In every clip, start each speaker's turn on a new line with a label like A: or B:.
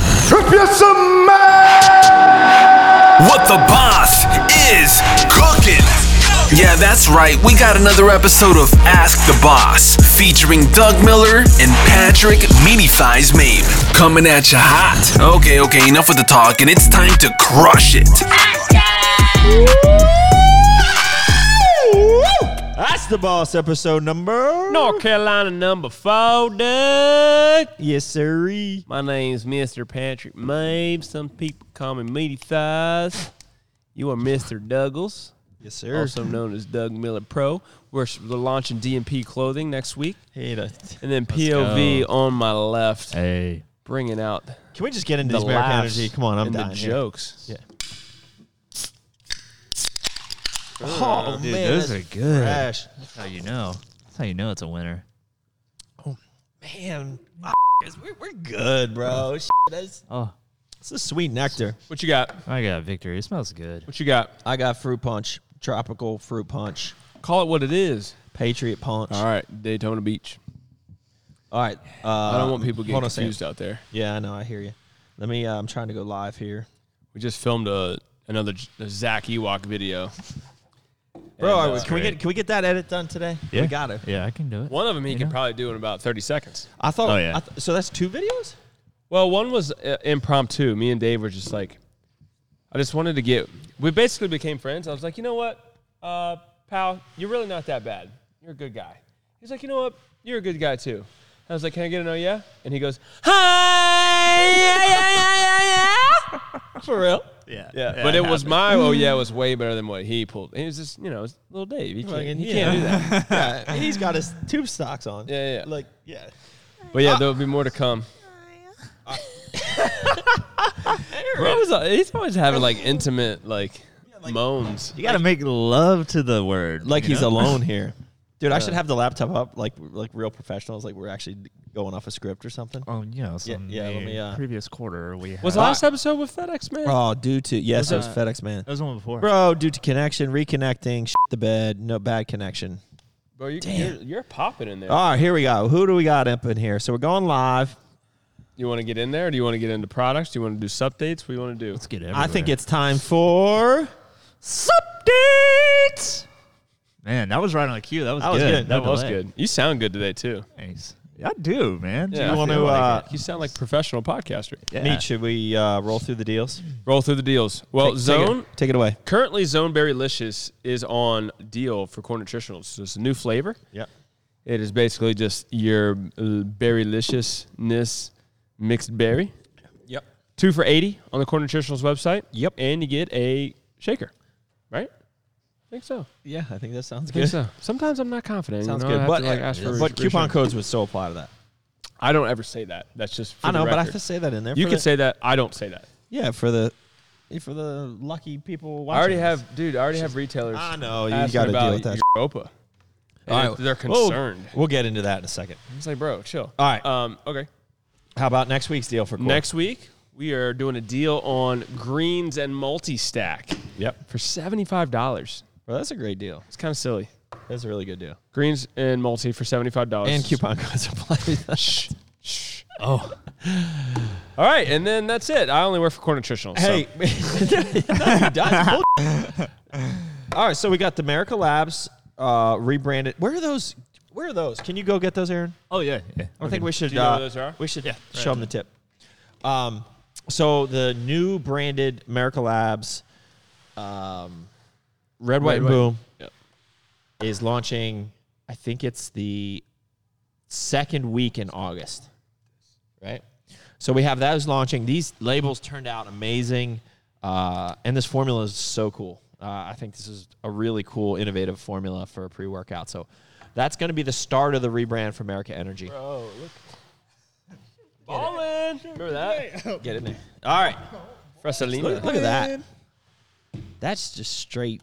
A: It's a man.
B: What the boss is cooking. Yeah, that's right. We got another episode of Ask the Boss featuring Doug Miller and Patrick Meatyfies Mabe coming at you hot. Okay, okay, enough with the talk, and it's time to crush it.
C: That's the boss episode number.
D: North Carolina number four, dude.
C: Yes, sirree.
D: My name's Mr. Patrick Mabe. Some people call me Meaty Thighs. You are Mr. Douglas,
C: Yes, sir.
D: also known as Doug Miller Pro. We're s- we're launching DMP clothing next week.
C: Hey, the-
D: And then POV on my left,
E: Hey.
D: bringing out the
C: Can we just get into this American
D: laughs
C: energy? Come on, I'm
D: and
C: dying.
D: the
C: here.
D: jokes.
C: Yeah.
E: Oh, dude,
C: man,
E: those are
C: that's
E: good.
C: Trash.
E: That's how you know. That's how you know it's a winner.
C: Man, my we're, we're good, bro. Shit, That's,
E: Oh,
C: this is sweet nectar.
D: What you got?
E: I got victory. It smells good.
D: What you got?
C: I got fruit punch, tropical fruit punch,
D: Call it what it is.
C: patriot punch.
D: All right, Daytona Beach.
C: All right. Uh,
D: I don't want people getting
C: hold on a second.
D: confused out there.
C: Yeah, I know. I hear you. Let me. Uh, I'm trying to go live here,
D: We just filmed a another J- a Zach Ewok video.
C: bro.
D: And,
C: I was-
D: uh,
C: can we get can we get that edit done today?
E: Yeah.
C: We got it.
E: Yeah, I can do it.
D: One of them he
E: You
D: could
E: know?
D: probably do in about 30 seconds.
C: I thought.
E: Oh, yeah.
C: I th- so that's two videos.
D: Well, one was uh, impromptu. Me and Dave were just like, I just wanted to get. We basically became friends. I was like, you know what, uh, pal, you're really not that bad. You're a good guy. He's like, you know what, you're a good guy too. I was like, can I get an oh yeah? And he goes, hi, yeah, yeah, yeah, yeah, yeah. For real?
E: Yeah.
D: Yeah, but it was my oh yeah was way better than what he pulled. He was just you know it's little Dave. He can't, he can't do that.
C: yeah, and he's got his tube stocks on.
D: Yeah, yeah, yeah.
C: Like, yeah.
D: But yeah, there'll be more to come. Bro, he's al- he's always having like intimate like, moans.
E: You got to make love to the word.
C: Like
E: you
C: he's
E: know?
C: alone here. Dude, I should have the laptop up like like real professionals, like we're actually going off a script or something.
E: Oh, you know, so in
C: yeah, let
E: the
C: me, uh,
E: previous quarter we
D: Was
E: had,
D: last episode with FedEx man?
C: Oh, due to yes, it was
E: that? Oh.
C: FedEx man.
E: that was the one before.
C: Bro, due to connection, reconnecting, shit the bed, no bad connection.
D: Bro, you, you're, you're popping in there.
C: All right, here we go. Who do we got up in here? So we're going live.
D: you want to get in there? Or do you want to get into products? Do you want to do subdates? What do you want to do?
E: Let's get it.
C: I think it's time for
E: updates. Man, that was right on cue. That was
C: That was
E: good.
C: good.
D: That
E: No
D: was
E: delay.
D: good. You sound good today too.
E: Nice. I do, man.
D: Yeah, I
E: I
C: wanna,
E: feel like
C: uh,
E: it.
D: You sound like professional podcaster.
E: Yeah.
C: Meet. Should we uh, roll through the deals?
D: Roll through the deals.
E: Oh,
D: Well, Zone
C: Take it, take it away.
D: currently Zone Berry Licious is on deal for Core Nutritionals. So it's a new flavor.
C: Yeah.
D: It is basically just your uh, berryliciousness mixed berry.
C: Yep.
D: Two for 80 on the Core Nutritionals website.
C: Yep.
D: And you get a shaker, right? I think so.
C: Yeah, I think that sounds
D: I think
C: good.
D: so. Sometimes I'm not confident.
C: Sounds
D: you know, I
C: good.
D: have
C: But,
D: to, like, ask for
C: but coupon
D: reassurance.
C: codes would still apply to that.
D: I don't ever say that. That's just for
C: I know,
D: the
C: but I
D: record.
C: have to say that in there.
D: You
C: for
D: could
C: the-
D: say that. I don't say that.
C: Yeah, for the for the lucky people watching.
D: I already
C: this.
D: have, dude, I already have retailers.
C: I know, Ah, you
D: asking
C: gotta deal
D: about
C: with that
D: your OPA. And
C: All right.
D: They're
C: We'll-
D: concerned.
C: We'll, get into that in a second.
D: It's like, bro, chill.
C: All right.
D: Um, okay.
C: How about next week's deal for Core?
D: Next week, we are doing a deal on greens and multi stack
C: Yep.
D: for $75.
C: Well, that's a great deal.
D: It's kind of silly.
C: That's a really good deal.
D: Greens and multi for $75.
C: And coupon codes apply. to that.
D: All right. And then that's it. I only work for Core Nutritional.
C: Hey,
D: So.
C: no, you don't. Bull- all right. So we got the America Labs uh, rebranded. Where are those? Where are those? Can you go get those, Aaron?
E: Oh yeah. yeah.
C: I think we should.
D: you know
C: uh,
D: where those are?
C: We should show them the tip. Um, so the new branded America Labs, um, red, white,
D: Red,
C: and
D: white.
C: boom,
D: Yep.
C: is launching. I think it's the second week in August, right? So we have those launching. These labels turned out amazing, uh, and this formula is so cool. Uh, I think this is a really cool, innovative formula for a pre-workout. So that's going to be the start of the rebrand for America Energy.
D: Oh, look. Ballin'. Remember that?
C: Get in there. All right.
D: Fressalina.
C: Look, look at that. That's just straight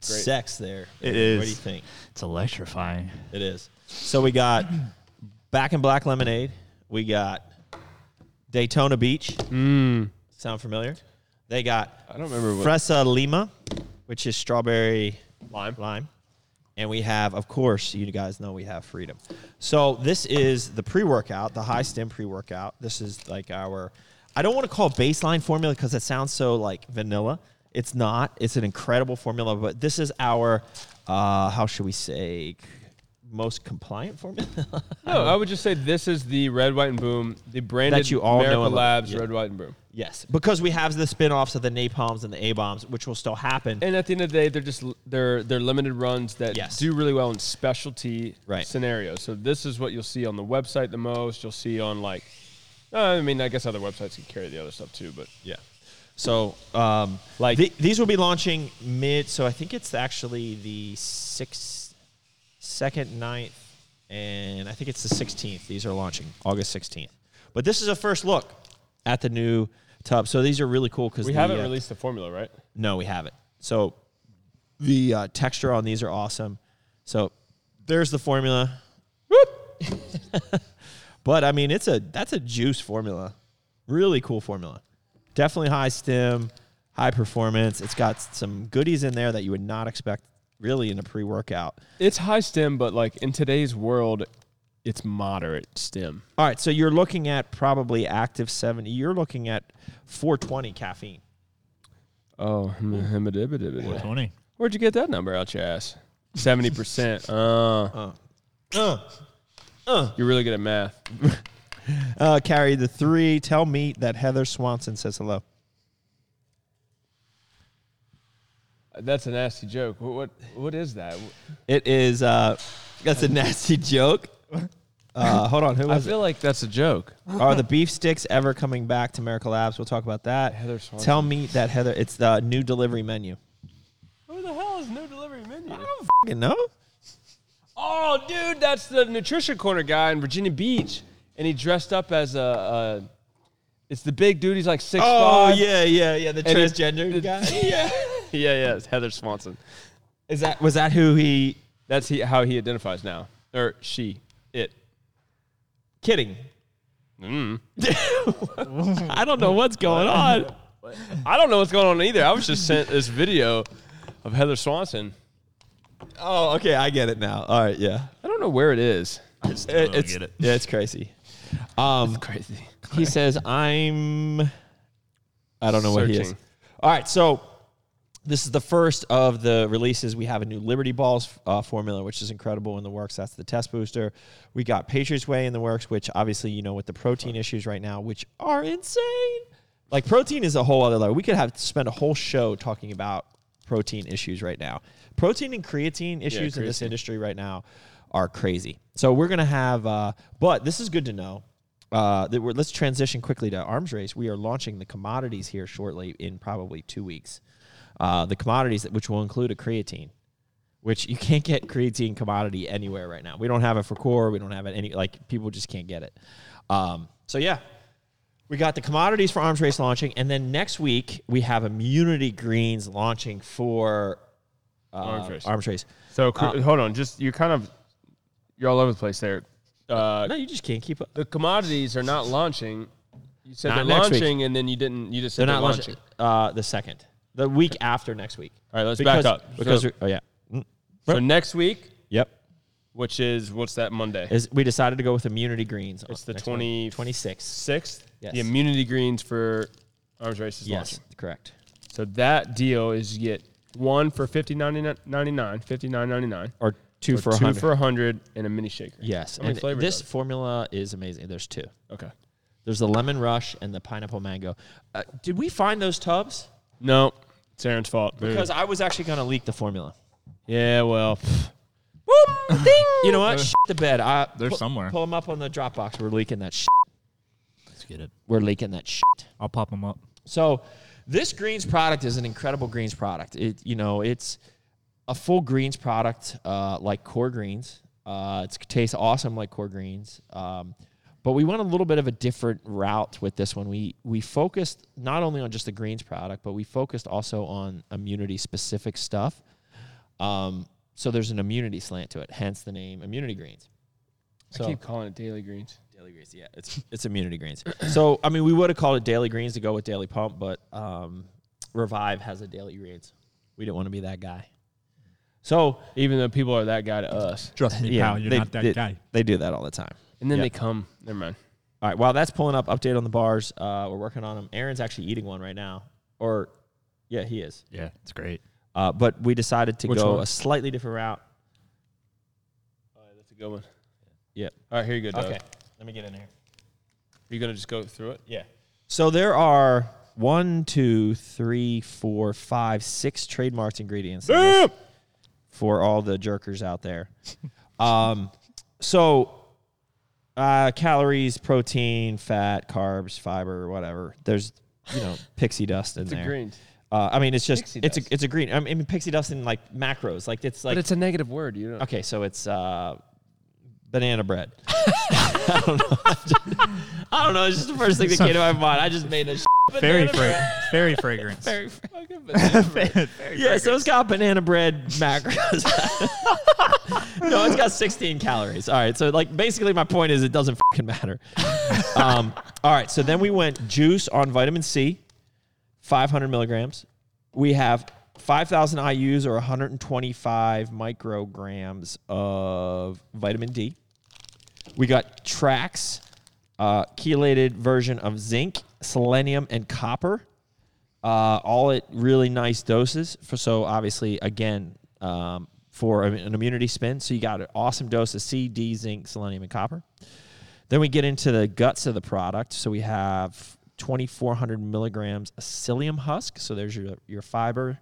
C: sex there.
E: It
C: What do you
E: is.
C: think?
E: It's electrifying.
C: It is. So we got Back in Black Lemonade. We got Daytona Beach. Sound familiar? They got
D: I don't remember what.
C: Fresa Lima, which is strawberry
D: Lime.
C: lime. And we have, of course, you guys know we have freedom. So this is the pre workout, the high stem pre workout. This is like our I don't want to call it baseline formula because it sounds so like vanilla. It's not. It's an incredible formula, but this is our, uh, how should we say, most compliant formula.
D: No, I would just say this is the Red, White, and Boom, the branded
C: That you all know and
D: America
C: love.
D: Labs
C: Yeah.
D: Red, White, and Boom.
C: yes, because we have the spin-offs of the napalms and the a bombs, which will still happen.
D: And at the end of the day, they're just l- they're they're limited runs that
C: Yes.
D: do really well in specialty
C: Right.
D: scenarios. So this is what you'll see on the website the most. You'll see on like, uh, I mean, I guess other websites can carry the other stuff too, but
C: Yeah. So, um, like
D: Like-
C: the, these will be launching mid. So I think it's actually the sixth, second, ninth, and I think it's the sixteenth. These are launching August sixteenth. But this is a first look at the new tub. So these are really cool uh, because
D: we haven't released the uh, formula, right?
C: No, we haven't. So the uh, texture on these are awesome. So there's the formula. but I mean, it's a that's a juice formula. Really cool formula. Definitely high stem, high performance. It's got s- some goodies in there that you would not expect really in a pre-workout.
D: It's high stem, but like in today's world, it's moderate stem.
C: All right, so you're looking at probably active 70. You're looking at 420 caffeine.
D: Oh,
E: Twenty.
D: where'd you get that number out your ass? Seventy percent. Uh, You're really good at math.
C: Uh, carry the three. Tell me that Heather Swanson says hello.
D: That's a nasty joke. What what, what is that?
C: It is. Uh, that's a nasty joke. Uh, hold on, who
D: I
C: was it?
D: feel like that's a joke.
C: Are the beef sticks ever coming back to Miracle Labs? We'll talk about that.
D: Heather Swanson.
C: Tell me that Heather. It's the new delivery menu.
D: Who the hell is new delivery menu?
C: Fucking no.
D: Oh, dude, that's the nutrition corner guy in Virginia Beach, and he dressed up as a. a it's the big dude. He's like six
C: Oh yeah, yeah, yeah. The
D: And it-
C: transgender
D: it-
C: guy.
D: yeah, yeah, yeah. It's Heather Swanson.
C: Is that was that who he?
D: That's he, how he identifies now, or she, it.
C: Kidding.
E: Mm.
C: I don't know what's going on.
D: I don't know what's going on either. I was just sent this video of Heather Swanson.
C: Oh, okay, I get it now. All right, yeah.
D: I don't know where it is.
E: I
C: it's,
E: get it.
C: Yeah, it's crazy. Um,
D: Crazy.
C: he says i'm i don't know what he is
D: Searching.
C: all right so this is the first of the releases we have a new liberty balls uh, formula which is incredible in the works that's the test booster we got patriots way in the works which obviously you know with the protein issues right now which are insane like protein is a whole other level we could have spend a whole show talking about protein issues right now protein and creatine issues in this
D: creatine.
C: industry right now are crazy so we're gonna have uh, but this is good to know uh, that we're, let's transition quickly to arms race. We are launching the commodities here shortly in probably two weeks. Uh, the commodities, that, which will include a creatine, which you can't get creatine commodity anywhere right now. We don't have it for core. We don't have it any, like, people just can't get it. Um, so, yeah, we got the commodities for arms race launching. And then next week, we have immunity greens launching for uh, arms,
D: Arms
C: race.
D: race.
E: So
D: Cr- hold on, just you're kind of you're all over the place there. Uh,
C: No, you just can't keep up.
D: the commodities are not launching. You said
C: Not
D: they're
C: next week.
D: launching, and then you didn't. You just said
C: They're
D: they're,
C: not
D: launching.
C: launching uh, the second, the week after next week.
D: All right, let's
C: because,
D: back up.
C: Because,
D: So-
C: we- oh, yeah.
D: So next week,
C: Yep.
D: which is what's that Monday?
C: is we decided to go with immunity greens.
D: It's the
C: next month.
D: 20
C: 26th.
D: Sixth,
C: Yes.
D: the immunity greens for arms race is
C: Yes,
D: launching.
C: correct.
D: So that deal is you get one for fifty ninety nine ninety nine, fifty nine ninety nine,
C: Or two for a
D: two
C: hundred.
D: for a hundred, and a mini shaker.
C: yes.
D: how many
C: and
D: flavors?
C: this
D: are
C: formula is amazing. There's two.
D: there? okay.
C: There's the lemon rush and the pineapple mango. Uh, did we find those tubs?
D: No, it's Aaron's fault.
C: Because I was actually going to leak the formula.
D: yeah, well,
C: You know what? Shit the bed. I,
E: They're
C: pu-
E: somewhere.
C: Pull them up on the Dropbox. We're leaking that. Shit.
E: Let's get it.
C: We're leaking that. Shit.
E: I'll pop them up.
C: So this greens product is an incredible greens product. It you know it's a full greens product uh, like core greens. Uh, it's- it tastes awesome like core greens. Um, but we went a little bit of a different route with this one. We we focused not only on just the greens product, but we focused also on immunity specific stuff. Um, so there's an immunity slant to it, hence the name immunity greens.
D: I keep calling it daily greens.
C: Daily greens, yeah, it's it's immunity greens. So I mean, we would have called it daily greens to go with daily pump, but um, Revive has a daily greens. We didn't want to be that guy. So
D: Even though people are that guy to us,
E: Trust me,
C: yeah,
E: pal. You're
C: they-
E: not that
C: they-
E: guy.
C: They do that all the time.
D: and then they come. Never mind.
C: All right. While that's pulling up, update on the bars. Uh, we're working on them. Aaron's actually eating one right now. Or, yeah, he is.
E: Yeah, it's great.
C: Uh, but we decided to
D: Which
C: go
D: one?
C: a slightly different route.
D: All right, that's a good one.
C: Yeah.
D: All right, here you go, Doug.
C: Okay. Let me get in here.
D: Are you going to just go through it?
C: Yeah. So there are one, two, three, four, five, six trademarked ingredients in this for all the jerkers out there. um, so uh, calories, protein, fat, carbs, fiber, whatever. There's you know pixie dust in
D: a
C: there.
D: green.
C: Uh, I mean, it's just
D: Pixie
C: it's
D: dust.
C: a it's a green. I mean, pixie dust in like macros, like it's like
D: But it's a negative word. You know.
C: okay, so it's uh, banana bread. I don't know. I don't know. It's just the first thing that came to my mind. I just made a
E: Fairy, fra- fairy fragrance.
C: Yeah, so it's got banana bread macros. no, it's got 16 calories. All right, so like basically my point is it doesn't fucking matter. Um, all right, so then we went juice on vitamin C, 500 milligrams. We have 5,000 IU's or 125 micrograms of vitamin D. We got Trax, uh, chelated version of zinc, selenium, and copper uh, all at really nice doses. For, so obviously, again, um, for an immunity spin, so you got an awesome dose of C, D, zinc, selenium, and copper. Then we get into the guts of the product. So we have 2,400 milligrams of psyllium husk. So there's your, your fiber.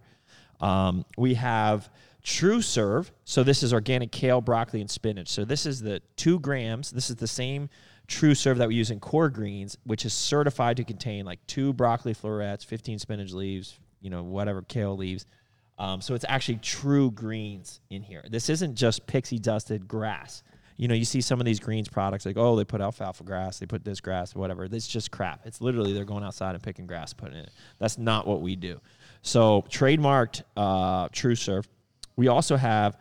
C: Um, we have True Serve. So this is organic kale, broccoli, and spinach. So this is the two grams. This is the same True Serve that we use in core greens, which is certified to contain like two broccoli florets, 15 spinach leaves, you know, whatever kale leaves. Um, so it's actually true greens in here. This isn't just pixie dusted grass. You know, you see some of these greens products like, oh, they put alfalfa grass, they put this grass, whatever. It's just crap. It's literally they're going outside and picking grass, putting it. in. That's not what we do. So trademarked uh, True Surf. We also have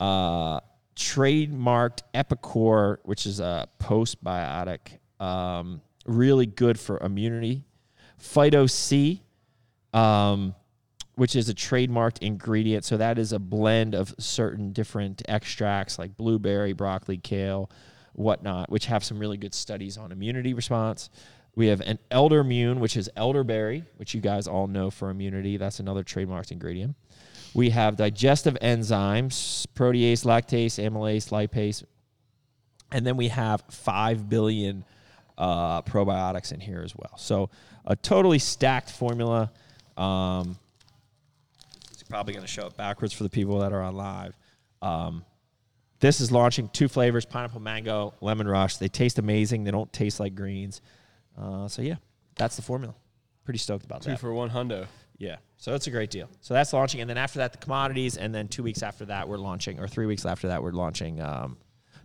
C: uh, trademarked Epicor, which is a postbiotic, um, really good for immunity. Phyto C, um, which is a trademarked ingredient. So that is a blend of certain different extracts like blueberry, broccoli, kale, whatnot, which have some really good studies on immunity response. We have an elder immune, which is elderberry, which you guys all know for immunity. That's another trademarked ingredient. We have digestive enzymes, protease, lactase, amylase, lipase, and then we have 5 billion uh, probiotics in here as well. So a totally stacked formula. Um, it's probably going to show up backwards for the people that are on live. Um, this is launching two flavors pineapple mango, lemon rush. They taste amazing. They don't taste like greens. Uh, so, yeah, that's the formula. Pretty stoked about
D: Two
C: that.
D: for one hundo.
C: Yeah. So that's a great deal. So that's launching. And then after that, the commodities. And then two weeks after that, we're launching, or three weeks after that, we're launching. Um,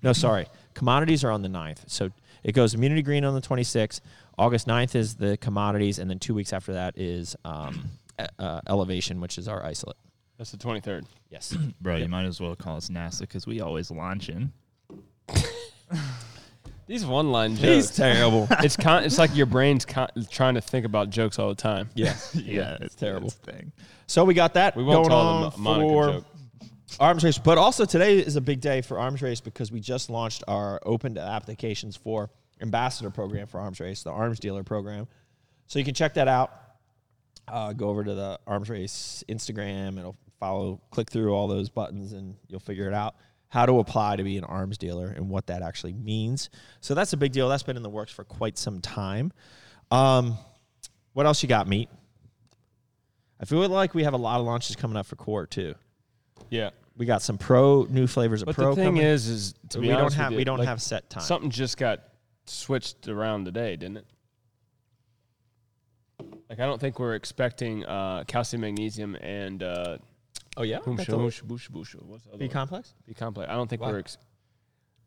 C: no, sorry. Commodities are on the 9th. So it goes immunity green on the 26th. August 9th is the commodities. And then two weeks after that is um, e- uh, elevation, which is our isolate.
D: That's the 23rd.
C: Yes.
E: Bro, you might as well call us NASA because we always launching.
D: These one line jokes.
C: terrible.
D: it's con- it's like your brain's con- trying to think about jokes all the time.
C: yes.
E: Yeah, it's
C: terrible.
E: it's a thing.
C: So we got that.
D: We won't
C: going
D: tell
C: on
D: them Monica
C: for
D: joke.
C: Arms race, but also today is a big day for Arms Race because we just launched our open to applications for ambassador program for Arms Race, the arms dealer program. So you can check that out. Uh, go over to the Arms Race Instagram. It'll follow, click through all those buttons, and you'll figure it out how to apply to be an arms dealer and what that actually means. So that's a big deal. That's been in the works for quite some time. Um, what else you got, meat? I feel like we have a lot of launches coming up for core too.
D: Yeah.
C: We got some pro new flavors of
D: But
C: pro
D: the thing
C: coming.
D: is, is to
C: But we
D: be
C: don't
D: honest with
C: have
D: you,
C: we don't
D: like,
C: have set time.
D: something just got switched around today, didn't it? Like I don't think we're expecting uh, calcium, magnesium, and uh,
C: oh yeah,
D: boom,
C: That's
D: shoo,
C: a-
D: boom, shoo, boom, shoo, boom, shoo. What's the other
C: B
D: one?
C: complex.
D: B complex. I don't think
C: Why?
D: we're ex-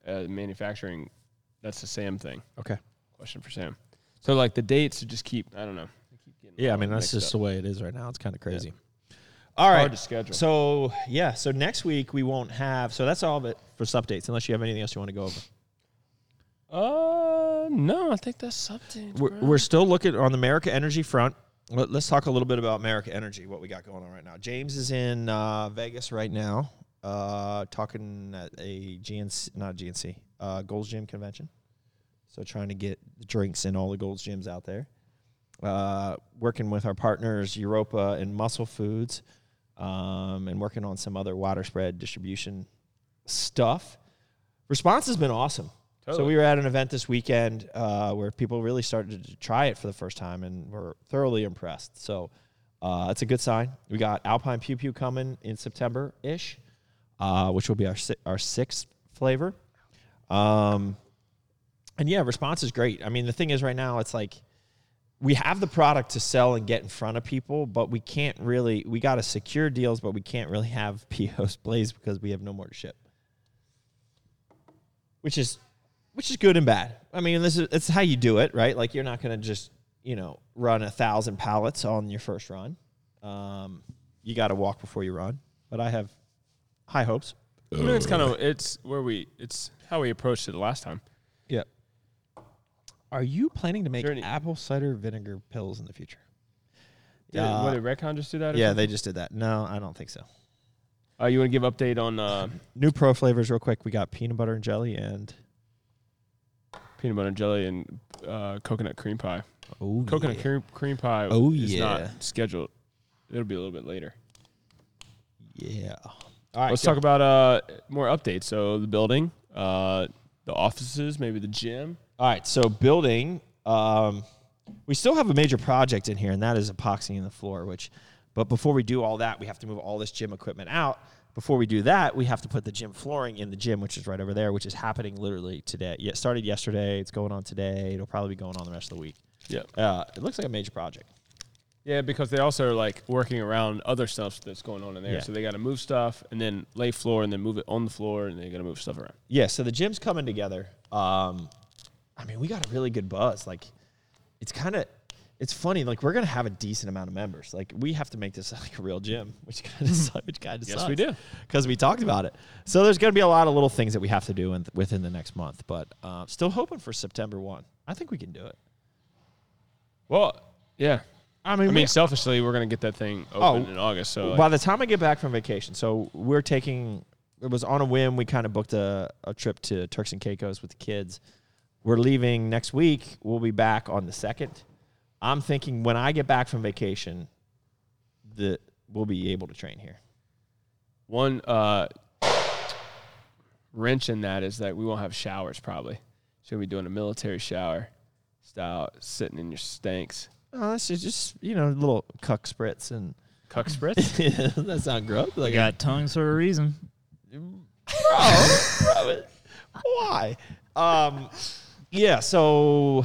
D: uh, manufacturing. That's the Sam thing.
C: Okay.
D: Question for Sam. So like the dates are just keep. I don't know. They keep getting
C: Yeah, I
D: all
C: mean that's
D: mixed
C: just
D: up.
C: the way it is right now. It's kind of crazy. All right.
D: Hard to schedule.
C: So yeah, so next week we won't have. So that's all of it for sub dates. Unless you have anything else you want to go over.
D: Uh, no, I think that's something.
C: We're, we're still looking on the America Energy front. Let, us talk a little bit about America Energy. What we got going on right now. James is in uh, Vegas right now, uh, talking at a GNC, not GNC, uh, Gold's Gym convention. So trying to get the drinks in all the Gold's Gyms out there. Uh, working with our partners Europa and Muscle Foods, um, and working on some other water spread distribution stuff. Response has been awesome. So
D: Totally.
C: we were at an event this weekend uh, where people really started to try it for the first time and were thoroughly impressed. So uh, it's a good sign. We got Alpine Pew Pew coming in September ish, uh, which will be our si- our sixth flavor. Um, and yeah, response is great. I mean, the thing is, right now, it's like we have the product to sell and get in front of people, but we can't really. We got to secure deals, but we can't really have POs blazed because we have no more to ship, which is which is good and bad. I mean, this is it's how you do it, right? Like you're not going to just you know run a thousand pallets on your first run. Um, you got to walk before you run. But I have high hopes.
D: I mean, it's
C: Uh.
D: kind of it's where we it's how we approached it the last time.
C: Yeah. Are you planning to make
D: Journey.
C: apple cider vinegar pills in the future?
D: Did,
C: Uh,
D: what did Redcon just do that? Or
C: Yeah, they just did that. No, I don't think so.
D: Uh, you want to give update on uh,
C: New pro flavors, real quick. We got peanut butter and jelly, and
D: peanut butter and jelly and uh, coconut cream pie?
C: oh,
D: Coconut cream, cream pie
C: Oh,
D: is
C: yeah.
D: not scheduled. It'll be a little bit later.
C: Yeah. All right,
D: Let's talk about uh, more updates. So the building, uh, the offices, maybe the gym.
C: All right, so building, um, we still have a major project in here, and that is epoxying the floor. Which, but before we do all that, we have to move all this gym equipment out. Before we do that, we have to put the gym flooring in the gym, which is right over there, which is happening literally today. Yeah, it started yesterday. It's going on today. It'll probably be going on the rest of the week.
D: Yeah,
C: Uh, it looks like a major project.
D: yeah, because they also are like working around other stuff that's going on in there.
C: Yeah.
D: So they got to move stuff and then lay floor and then move it on the floor and they got to move stuff around.
C: yeah, so the gym's coming together. Um, I mean, we got a really good buzz. Like, it's kind of, it's funny. Like, we're gonna have a decent amount of members. Like, we have to make this like a real gym, which kind of sucks. Which kind of
D: Mm-hmm. Yes, we do.
C: because we talked about it. So there's gonna be a lot of little things that we have to do in, within the next month. But uh, still hoping for September one. I think we can do it.
D: Well, yeah.
C: I mean,
D: I
C: we-
D: mean, selfishly, we're gonna get that thing
C: Oh.
D: open in August. So like,
C: by the time I get back from vacation, so we're taking. It was on a whim. We kind of booked a, a trip to Turks and Caicos with the kids. We're leaving next week. We'll be back on the second. I'm thinking when I get back from vacation, that we'll be able to train here.
D: One uh, wrench in that is that we won't have showers probably. So we'll be doing a military shower style, sitting in your stanks.
C: Oh, that's just, just you know little cuck spritz and
D: Cuck spritz?
C: that's not gross. Like
E: Got tongues for a reason.
C: why? Um, yeah. So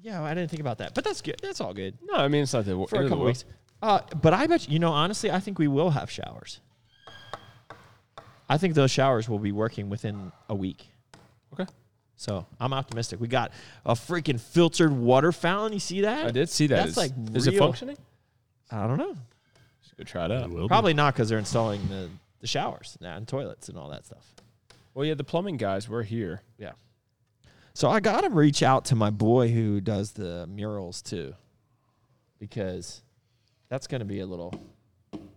C: yeah, I didn't think about that, but that's good. That's all good.
D: no, I mean, it's not the
C: for a couple weeks. Uh, but I bet you know honestly, I think we will have showers. I think those showers will be working within a week.
D: Okay.
C: So I'm optimistic. We got a freaking filtered water fountain. You see that?
D: I did see that.
C: That's
D: Is-
C: like
D: Is it
C: real-
D: functioning?
C: I don't know.
D: Should go try it out.
C: Probably not because they're installing the, the showers now and toilets and all that stuff.
D: Well, yeah, the plumbing guys were here.
C: Yeah. So I gotta reach out to my boy who does the murals too, because that's gonna be a little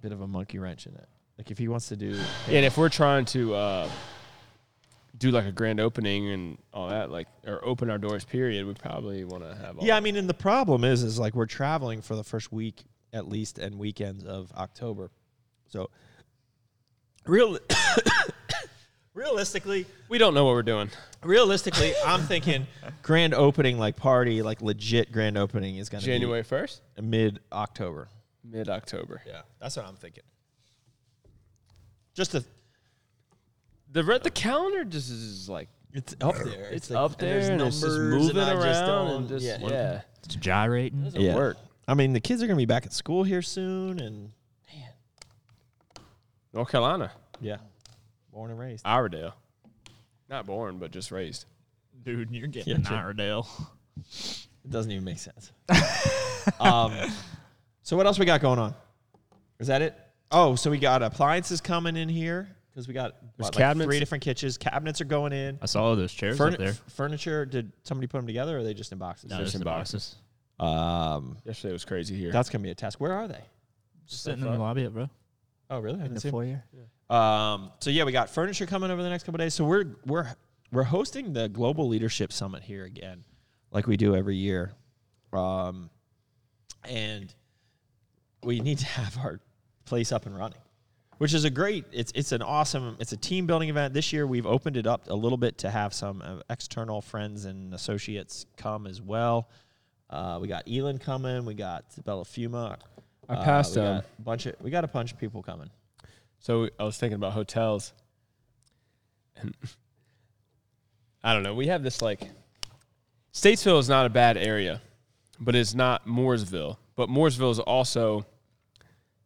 C: bit of a monkey wrench in it. Like if he wants to do
D: And if we're trying to uh, do like a grand opening and all that, like, or open our doors, period, we probably want to have all
C: Yeah, I mean, and the problem is, is like we're traveling for the first week at least and weekends of October, so real, realistically,
D: We don't know what we're doing.
C: realistically, I'm thinking grand opening, like party, like legit grand opening is going to
D: January 1st?
C: mid October.
D: Mid October.
C: Yeah, that's what I'm thinking. Just a,
D: The re- the calendar just is like
C: it's up there.
D: it's, up there and, it's just moving around and just yeah.
E: It's gyrating.
D: Doesn't work.
C: I mean, the kids are going to be back at school here soon, and
D: North Carolina,
C: yeah, born and raised.
D: Iredale, not born but just raised.
E: Dude, you're getting
C: Yeah,
E: Iredale.
C: It doesn't even make sense. um, so what else we got going on? Is that it? Oh, so we got appliances coming in here because we got what, like,
D: cabinets.
C: three different kitchens. Cabinets are going in.
E: I saw those chairs
C: Furni-
E: up there.
C: f- furniture. Did somebody put them together, or are they just in boxes?
E: No, those are the boxes.
C: Um,
D: Yesterday was crazy here.
C: that's gonna be a task. Where are they?
E: Just sitting in the lobby, up, bro.
C: Oh, really? I didn't see 'em.
E: foyer.
C: Um, so yeah, we got furniture coming over the next couple days. So we're we're we're hosting the Global Leadership Summit here again, like we do every year, um, and we need to have our place up and running, which is a great. It's it's an awesome. It's a team building event. This year we've opened it up a little bit to have some uh, external friends and associates come as well. Uh, we got Elon coming. We got Bella Fuma. uh,
D: I passed um,
C: we
D: him.
C: got a bunch of we got a bunch of people coming.
D: So I was thinking about hotels, and I don't know. We have this like Statesville is not a bad area, but it's not Mooresville. But Mooresville is also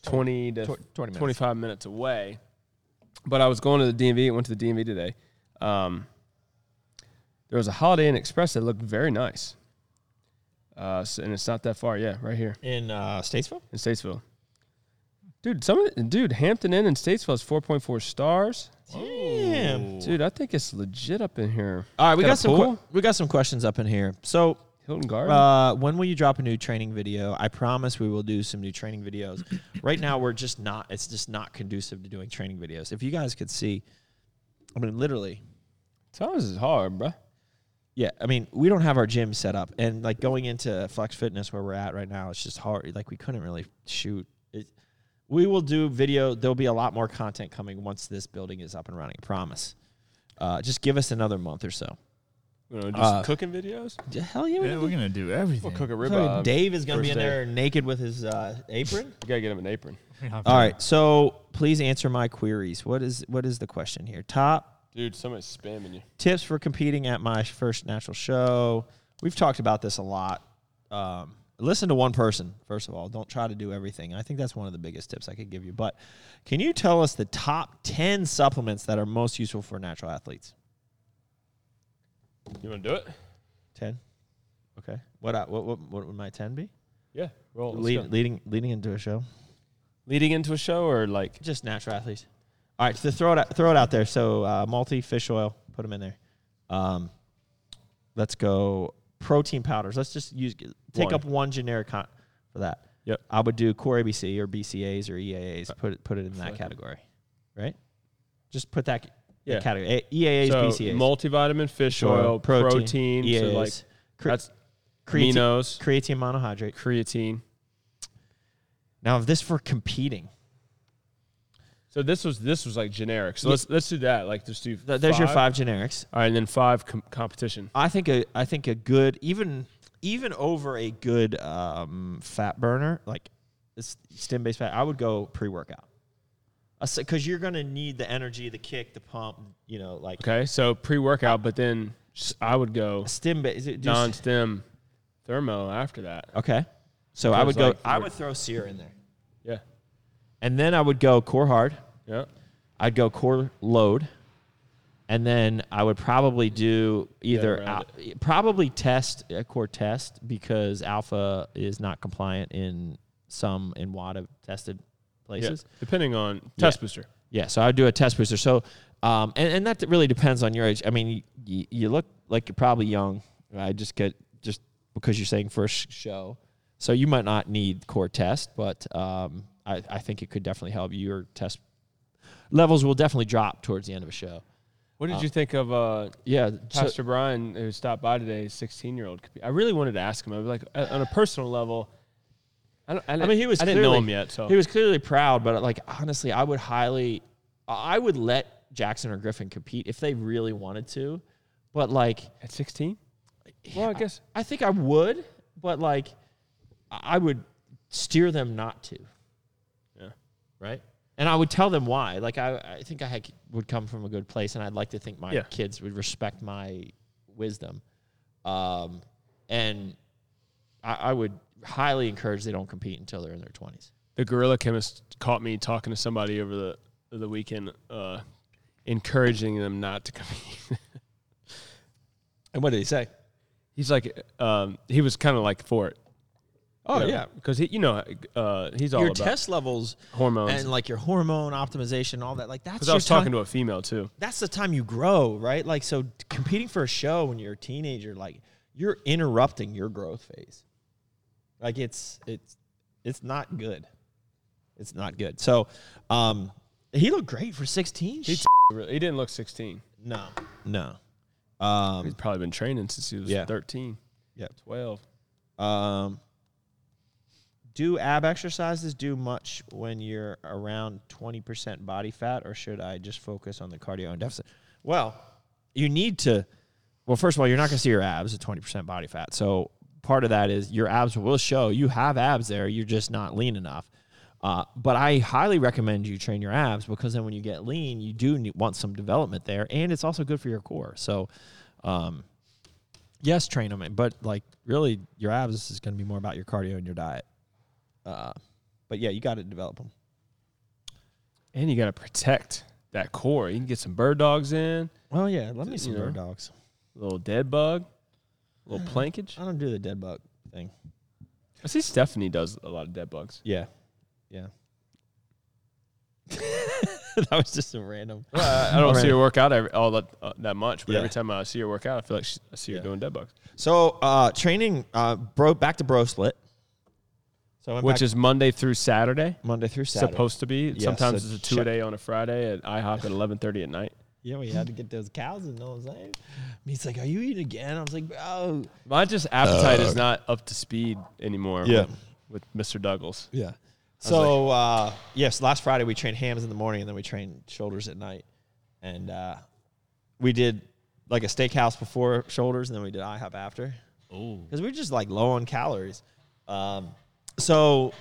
D: twenty to
C: Tw- 20 minutes.
D: twenty-five minutes away. But I was going to the DMV. Went to the DMV today. Um, there was a Holiday Inn Express that looked very nice, uh, so- and it's not that far. Yeah, right here
C: in uh, Statesville.
D: in Statesville. Dude, some of the, dude, Hampton Inn in Statesville is 4.4 stars.
C: Damn.
D: Dude, I think it's legit up in here.
C: All right, we got,
D: a
C: some
D: pool?
C: que- we got some questions up in here. So,
D: Hilton Garden.
C: uh, when will you drop a new training video? I promise we will do some new training videos. right now, we're just not. It's just not conducive to doing training videos. If you guys could see, I mean, literally,
D: Thomas is hard, bruh.
C: yeah. I mean, we don't have our gym set up, and like going into Flex Fitness where we're at right now, it's just hard. Like we couldn't really shoot. It, we will do video. There'll be a lot more content coming once this building is up and running. I promise. Uh, just give us another month or so.
D: You know, just
C: Uh,
D: cooking videos.
C: Yeah, Hell yeah, we
E: Yeah,
C: can
E: we're gonna do everything.
D: We'll cook a
C: So
D: ribeye.
C: Dave is going to be
D: first
C: in
D: day.
C: there naked with his uh, apron.
D: You gotta get him an apron.
C: All right, so please answer my queries. What is what is the question here? Top
D: Dude, somebody's spamming you.
C: tips for competing at my first natural show. We've talked about this a lot. Um, listen to one person first of all. Don't try to do everything. I think that's one of the biggest tips I could give you. But can you tell us the top ten supplements that are most useful for natural athletes?
D: You wanna do it?
C: Ten. Okay. What I, what, what what would my ten be?
D: Yeah. Roll. let's go.
C: Lead, leading leading into a show.
D: Leading into a show or like
C: Just natural athletes. All right, so throw it out, throw it out there. So uh, multi fish oil, put them in there. Um, let's go protein powders. Let's just use take
D: One.
C: up one generic con- for that.
D: Yep.
C: I would do core ABC or BCAs or EAAs. Put it put it in that category, right? Just put that c-
D: Yeah.
C: category. A- EAAs,
D: so
C: BCAs,
D: multivitamin, fish oil, protein, so
C: EAAs,
D: like
C: E cre-
D: that's
C: creatine,
D: aminos,
C: creatine monohydrate.
D: creatine.
C: Now, if this for competing,
D: So this was this was like generic. So let's let's do that. Like just do.
C: th- there's your five generics.
D: All right, and then five com- competition.
C: I think a I think a good even even over a good um, fat burner like stem based fat. I would go pre workout because you're gonna need the energy, the kick, the pump. You know, like
D: Okay, so pre workout, but then s- I would go
C: stem based
D: non stem thermo after that.
C: Okay, so I would go.
D: Because, like,
C: I would throw sear in there,
D: Yeah,
C: and then I would go core hard.
D: yeah.
C: I'd go core load, and then I would probably do either
D: round
C: al- probably test a core test because alpha is not compliant in some in WADA tested
D: yeah.
C: places.
D: Depending on test
C: Yeah.
D: booster.
C: Yeah, so I would do a test booster. So, um, and, and that really depends on your age. I mean, you, you look like you're probably young. I just get just because you're saying first show, so you might not need core test, but um, I, I think it could definitely help. Your test levels will definitely drop towards the end of a show.
D: What did you think of uh,
C: Yeah, so-
D: Pastor Brian who stopped by today? Sixteen year old. I really wanted to ask him. I was like, uh, on a personal level. I, don't, I,
C: I mean, he was.
D: I didn't know
C: clearly-
D: him yet, so
C: he was clearly proud. But like, honestly, I would highly, I would let Jackson or Griffin compete if they really wanted to. But like,
D: at sixteen. Well, I guess
C: I think I would, but like, I I would steer them not to.
D: Yeah.
C: Right. And I would tell them why. Like, I, I think I had, would come from a good place, and I'd like to think my
D: Yeah.
C: kids would respect my wisdom. Um, and I, I would highly encourage they don't compete until they're in their twenties.
D: the gorilla chemist caught me talking to somebody over the over the weekend, uh, encouraging them not to compete.
C: And what did he say?
D: He's like, um, he was kind of like for it.
C: Oh
D: because he, you know, uh, he's all
C: your
D: about
C: test levels
D: hormones.
C: and like your hormone optimization, and all that. Like that's
D: Because I
C: your
D: was talking
C: time,
D: to a female too.
C: that's the time you grow, right? Like so, competing for a show when you're a teenager, like you're interrupting your growth phase. Like it's it's it's not good. It's not good. So, um, he looked great for 16. Shit.
D: He didn't look 16.
C: no, no.
D: He's
C: Um,
D: probably been training since he was
C: Yeah.
D: 13,
C: yeah.
D: 12.
C: Um, do ab exercises do much when you're around 20% body fat, or should I just focus on the cardio and deficit? Well, you need to. Well, first of all, you're not going to see your abs at 20% body fat. So part of that is your abs will show you have abs there. You're just not lean enough. Uh, but I highly recommend you train your abs because then when you get lean, you do need, want some development there, and it's also good for your core. So, um, yes, train them, but like really, your abs is going to be more about your cardio and your diet. Uh, but yeah, you got to develop them.
D: And you got to protect that core. You can get some bird dogs in,
C: Well, yeah, let me see
D: You
C: bird
D: know.
C: dogs.
D: a little dead bug, a little plankage.
C: I don't do the dead bug thing.
D: I see Stephanie does a lot of dead bugs.
C: Yeah, yeah. that was just a random.
D: I don't see
C: Alright.
D: her work out every, all that, uh, that much, but
C: Yeah.
D: every time I see her work out, I feel like she, I see her
C: Yeah.
D: doing dead bugs,
C: So uh, training, uh, bro, back to bro split. So I went
D: which
C: back
D: is Monday through Saturday.
C: Monday through Saturday.
D: Supposed to be.
C: Yeah,
D: Sometimes
C: so
D: it's a
C: check-
D: two a day on a Friday at IHOP at eleven thirty at night.
C: yeah, we had to get those cows. You know what I'm saying? He's like, "Are you eating again?" I was like, "Bro,
D: My just appetite is not up to speed anymore.
C: Uh, Yeah.
D: With, with Mr. Douglas.
C: Yeah. So uh, yes, last Friday we trained hams in the morning and then we trained shoulders at night, and uh, we did like a steakhouse before shoulders and then we did IHOP after
E: Oh,
C: because we were just like low on calories. Um, so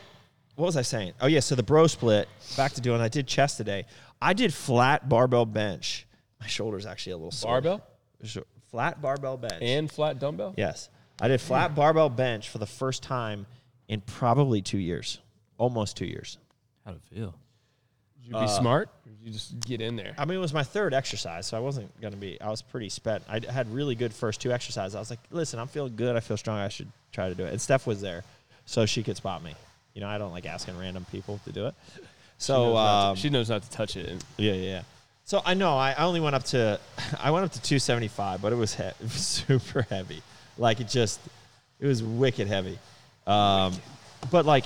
C: what was I saying? Oh yeah, so the bro split. Back to doing. I did chest today. I did flat barbell bench. My shoulders actually a little sore.
D: Barbell
C: Sh- Flat barbell bench.
D: and flat dumbbell.
C: Yes. I did flat barbell bench for the first time in probably two years, almost two years.
E: how to feel?
D: You be smart. or You just get in there.
C: Uh, I mean, it was my third exercise, so I wasn't going to be, I was pretty spent. I d- had really good first two exercises. I was like, listen, I'm feeling good. I feel strong. I should try to do it. And Steph was there, so she could spot me. You know, I don't like asking random people to do it.
D: She knows
C: So,
D: not to-
C: um,
D: she knows not to touch it. And
C: Yeah, yeah. yeah. So I know I I only went up to I went up to 275, but it was he- it was super heavy. Like it just it was wicked heavy. Um, but like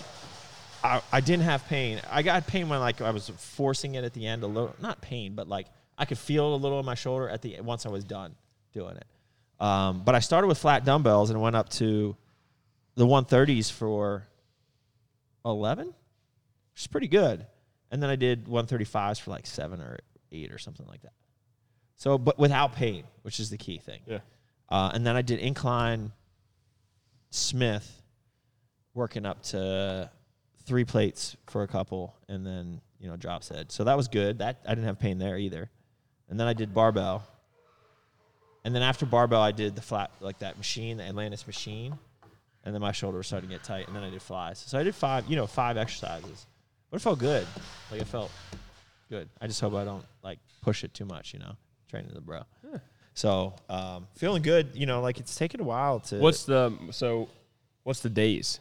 C: I, I didn't have pain. I got pain when like I was forcing it at the end a little, not pain, but like I could feel a little in my shoulder at the once I was done doing it. Um, but I started with flat dumbbells and went up to the 130s for 11 which is pretty good. And then I did 135s for like seven or eight or something like that. So, but without pain, which is the key thing.
D: yeah.
C: Uh, and then I did incline Smith, working up to three plates for a couple, and then you know drop set. So that was good. That I didn't have pain there either. And then I did barbell. And then after barbell, I did the flat like that machine, the Atlantis machine, and then my shoulder was starting to get tight. And then I did flies. So I did five, you know, five exercises, but it felt good. Like it felt good. I just hope I don't like push it too much, you know, training the bro. So um, feeling good, you know, like it's taken a while to
D: What's the so? What's the days?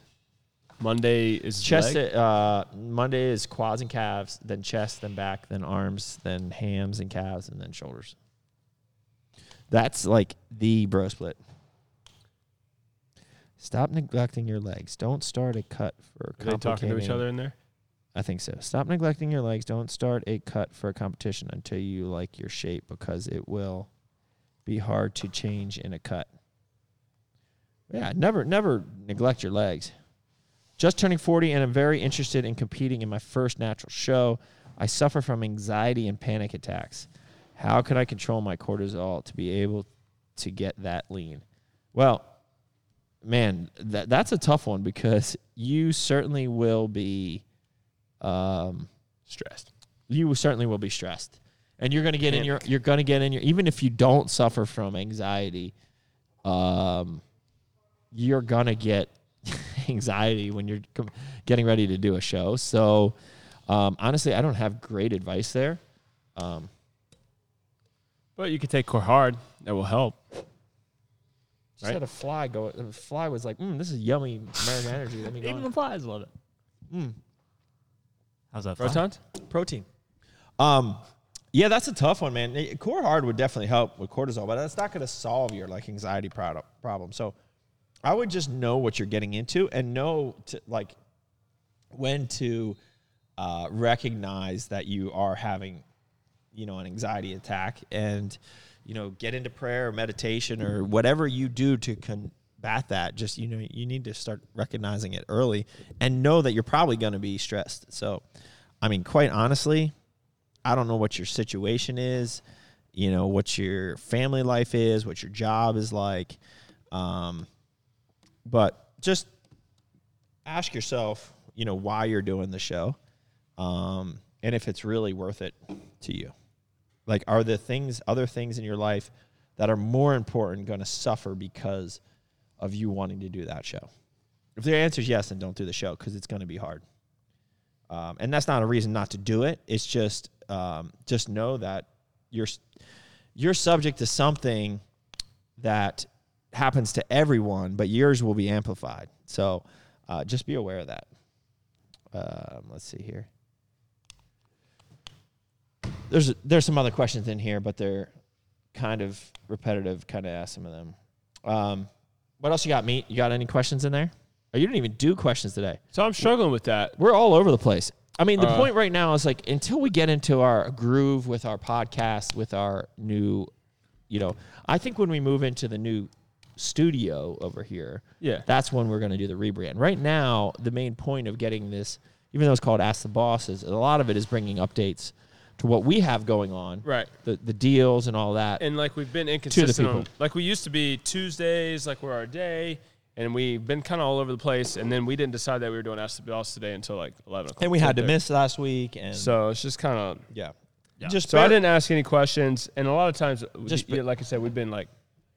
D: Monday is
C: chest.
D: leg?
C: Uh, Monday is quads and calves, then chest, then back, then arms, then hams and calves, and then shoulders. That's like the bro split. Stop neglecting your legs. Don't start a cut for
D: Are they talking to each
C: complicating-
D: other in there?
C: I think so. Stop neglecting your legs. Don't start a cut for a competition until you like your shape because it will be hard to change in a cut. Yeah, never never neglect your legs. Just turning 40 and I'm very interested in competing in my first natural show. I suffer from anxiety and panic attacks. How could I control my cortisol to be able to get that lean? Well, man, that that's a tough one because you certainly will be um,
D: Stressed.
C: you certainly will be stressed, and you're gonna get in your you're gonna get in your even if you don't suffer from anxiety, um, you're gonna get anxiety when you're com- getting ready to do a show. So, um, honestly, I don't have great advice there. Um,
D: But you can take core hard. That will help.
C: just had a fly go. The fly was like, mm, "This is yummy American energy." Let me go.
E: Even the flies love it. Hmm. How's that? fly?
D: Protons.
C: protein. Um, yeah, that's a tough one, man. Eh, Core hard would definitely help with cortisol, but that's not going to solve your like anxiety product problem. So, I would just know what you're getting into and know to like when to uh, recognize that you are having, you know, an anxiety attack and you know, get into prayer or meditation or whatever you do to combat that. Just you know, you need to start recognizing it early and know that you're probably going to be stressed. So, I mean, quite honestly, I don't know what your situation is, you know, what your family life is, what your job is like. Um, but just ask yourself, you know, why you're doing the show um, and if it's really worth it to you. Like, are the things, other things in your life that are more important going to suffer because of you wanting to do that show? If the answer is yes, then don't do the show because it's going to be hard. Um, and that's not a reason not to do it. It's just, um, just know that you're s- you're subject to something that happens to everyone, but yours will be amplified. So uh, just be aware of that. Um, let's see here. There's there's some other questions in here, but they're kind of repetitive. Kind of ask some of them. Um, what else you got, meat? You got any questions in there? Oh, you didn't even do questions today.
D: So I'm struggling with that.
C: We're all over the place. I mean, the
D: Uh,
C: point right now is like until we get into our groove with our podcast, with our new, you know, I think when we move into the new studio over here,
D: Yeah.
C: that's when we're going to do the rebrand. Right now, the main point of getting this, even though it's called Ask the Boss, is a lot of it is bringing updates to what we have going on,
D: Right.
C: The the deals and all that.
D: And like we've been inconsistent.
C: people.
D: On, like we used to be Tuesdays, like were our day, and we've been kind of all over the place. And then we didn't decide that we were doing Ask the Boss today until like 11 o'clock.
C: And we had to
D: 10:30.
C: miss last week, and
D: So it's just kind of.
C: yeah, just
D: So I
C: bear-
D: didn't ask any questions, and a lot of times,
C: Just
D: just
C: be-
D: like I said, we've been like,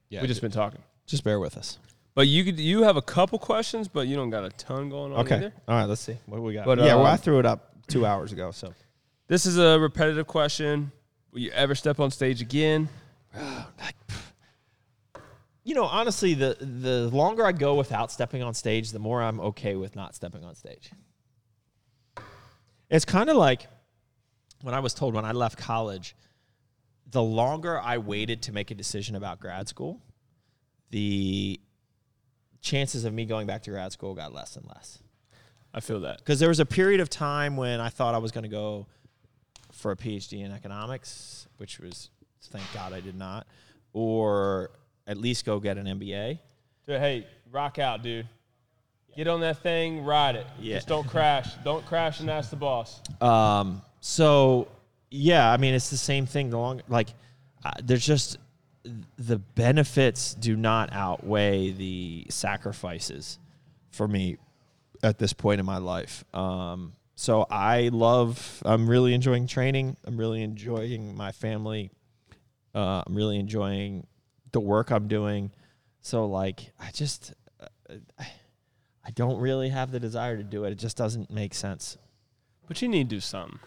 C: Yeah,
D: we just been talking.
C: just bear with us.
D: But you could, you have a couple questions, but you don't got a ton going on
C: Okay,
D: either.
C: all right, let's see what we got.
D: But,
C: yeah, well,
D: um,
C: I threw it up two hours ago, so.
D: This is a repetitive question. Will you ever step on stage again?
C: you know, honestly, the the longer I go without stepping on stage, the more I'm okay with not stepping on stage. It's kind of like when I was told when I left college, the longer I waited to make a decision about grad school, the chances of me going back to grad school got less and less
D: I feel that.
C: because there was a period of time when I thought I was going to go for a PhD in economics, which was thank God I did not, or at least go get an MBA.
D: Dude, hey, rock out, dude. Get on that thing, ride it.
C: Yeah.
D: Just don't crash. Don't crash and ask the boss.
C: Um, so yeah, I mean it's the same thing. The long like uh, there's just the benefits do not outweigh the sacrifices for me at this point in my life. Um, so I love. I'm really enjoying training. I'm really enjoying my family. Uh, I'm really enjoying the work I'm doing. So like I just. uh, I don't really have the desire to do it. It just doesn't make sense.
D: But you need to do something.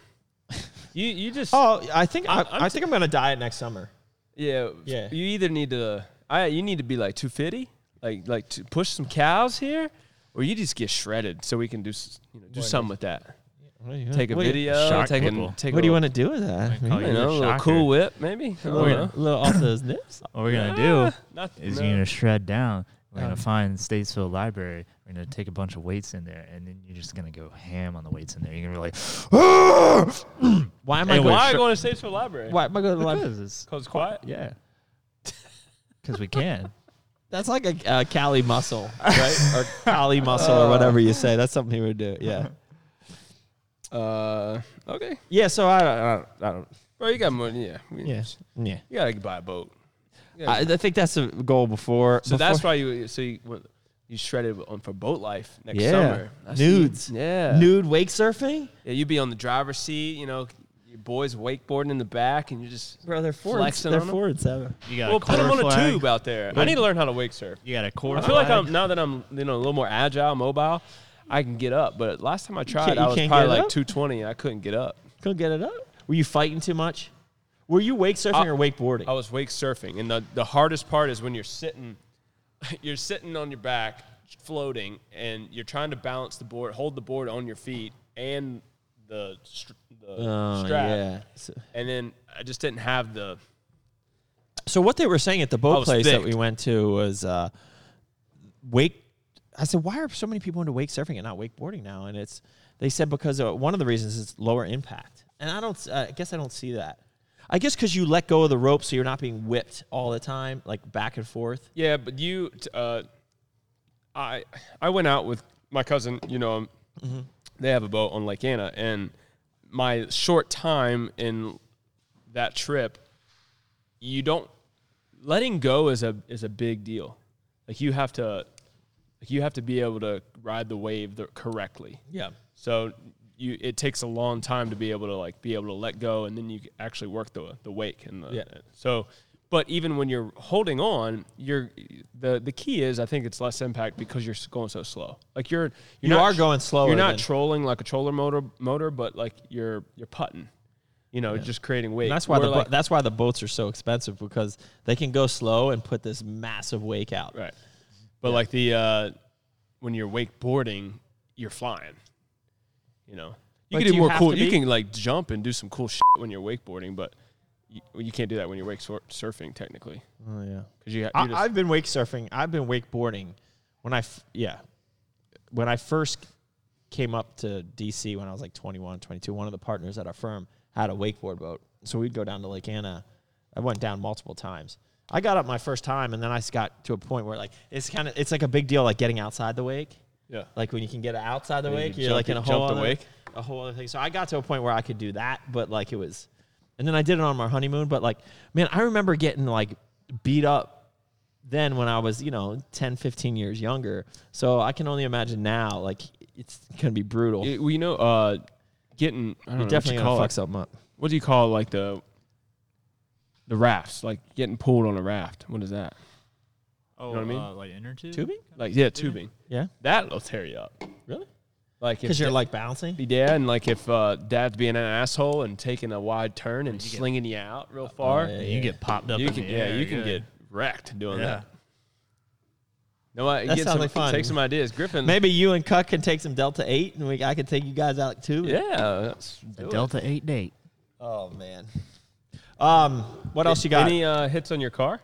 D: You you just
C: Oh, I think I,
D: I'm- I'm
C: I think I'm gonna diet next summer.
D: yeah
C: yeah.
D: You either need to I you need to be like two fifty, like like to push some cows here, or you just get shredded so we can do s- you know do something with that. Take a
C: What do you-
D: video.
E: shock
D: take
E: people.
D: a take.
C: What
D: a
C: do you want
D: little-
C: to do with that?
E: Call you
D: You know,
E: the
D: a little
E: Oh, shocker.
D: cool whip maybe. I don't
C: We're
D: know.
C: gonna- little off those nips.
E: What we're gonna do
D: Not-
E: is
D: no.
E: you're gonna shred down. We're
C: Um,
E: gonna find Statesville Library. We're gonna take a bunch of weights in there, and then you're just gonna go ham on the weights in there. You're gonna be like, "Ah!"
C: Why am
E: Anyway,
D: Why
C: I
D: are
E: Sure.
D: you going to stage for the library?
C: going? Why am I going to live?
E: because it's
D: Cause it's quiet.
E: yeah, because we can.
C: That's like a, a Cali muscle, right? or Cali muscle, or whatever you say. That's something he would do. Yeah.
D: Uh, okay.
C: Yeah. So I, I, don't, I don't.
D: Bro, you got money. Yeah. We-
C: Yeah. Yeah.
D: You gotta buy a boat.
C: I, I think that's a goal before.
D: So that's why you so you went- you shredded on for boat life next
C: Yeah.
D: summer. I see.
C: Nudes.
D: Yeah.
C: nude wake surfing,
D: Yeah, you'd be on the driver's seat. You know, your boys wakeboarding in the back, and you just
C: bro. They're four.
D: Flexing
C: they're
D: on 'em?
C: four and seven.
E: You got
D: well
E: a
D: put them
E: core
D: on a
E: flag.
D: tube out there. I need to learn how to wake surf.
E: You got a core.
D: I feel like
E: flag.
D: I'm now that I'm you know a little more agile, mobile. I can get up, but last time I tried,
C: can't-
D: I
C: you
D: was
C: can't
D: probably
C: get
D: like
C: up?
D: 220, and I couldn't get up.
C: Go get it up. Were you fighting too much? Oh. Were you wake surfing
D: I-
C: or wakeboarding?
D: I was wake surfing, and the, the hardest part is when you're sitting, you're sitting on your back, floating, and you're trying to balance the board, hold the board on your feet, and the, str- the
C: Oh,
D: strap.
C: yeah. So-
D: And then I just didn't have the.
C: So what they were saying at the
D: I
C: boat
D: was
C: place that
D: thick.
C: we went to was uh, wake. I said, why are so many people into wake surfing and not wakeboarding now? And it's they said because uh, one of the reasons is lower impact. And I don't. s- I guess I don't see that. I guess because you let go of the rope, so you're not being whipped all the time, like back and forth.
D: Yeah, but you, t- uh, I, I went out with my cousin. You know, um, they have a boat on Lake Anna, and my short time in that trip, you don't letting go is a is a big deal. Like you have to, like you have to be able to ride the wave the, correctly.
C: Yeah.
D: So you, it takes a long time to be able to like be able to let go, and then you actually work the the wake and the.
C: Yeah.
D: So, but even when you're holding on, you're the the key is I think it's less impact because you're s- going so slow. Like you're
C: You
D: you're not
C: are
D: tr-
C: going slower
D: You're not
C: than-
D: trolling like a troller motor motor, but like you're you're putting. You know, just creating wake.
C: And that's why
D: Where,
C: the bo-
D: like,
C: that's why the boats are so expensive because they can go slow and put this massive wake out.
D: Right. But like the uh, when you're wakeboarding, you're flying. You know,
C: But
D: you can do,
C: do you
D: more
C: have
D: cool.
C: to
D: You
C: be?
D: can like jump and do some cool shit when you're wakeboarding, but you, well, you can't do that when you're wake sur- surfing technically
C: Oh yeah.
D: because you, ha-
C: I,
D: you just-
C: I've been wake surfing. I've been wakeboarding when I f- yeah when I first came up to DC when I was like 21, 22. One of the partners at our firm had a wakeboard boat, so we'd go down to Lake Anna. I went down multiple times. I got up my first time, and then I s- got to a point where like it's kind of it's like a big deal, like getting outside the wake.
D: yeah.
C: Like when you can get outside the
D: you
C: wake,
D: can
C: you're
D: jump
C: like in
D: it-
C: a whole
D: jump the
C: other,
D: wake.
C: a whole other thing. So I got to a point where I could do that, but like it was, and then I did it on my honeymoon. But like, man, I remember getting like beat up then when I was, you know, 10, 15 years younger. So I can only imagine now, like it's gonna be brutal.
D: It- well, you know, uh, getting I don't know
C: You're
D: what
C: definitely
D: you
C: gonna
D: call
C: fuck
D: it.
C: something up.
D: What do you call like the the rafts? Like getting pulled on a raft. What is that?
E: Oh,
D: know what I mean?
E: uh, like inner tube?
C: Tubing?
D: Like yeah, tubing.
C: Yeah,
D: That'll tear you up.
C: really?
D: Like if
C: Because you're
D: that-
C: like bouncing.
D: Yeah, and like if uh, dad's being an asshole and taking a wide turn and slinging you out real far,
C: yeah,
E: And you get popped up.
D: you
E: in
D: can
E: the
D: yeah,
E: air,
D: you can get wrecked doing
E: Yeah.
D: that. No, I
C: That
D: get
C: sounds
D: some,
C: like fun.
D: take some ideas, Griffin.
C: Maybe you and Cuck can take some Delta Eight, and we I can take you guys out too.
D: yeah, that's
E: A Delta eight date.
C: Oh man. Um, what else you got?
D: Any uh, hits on your car?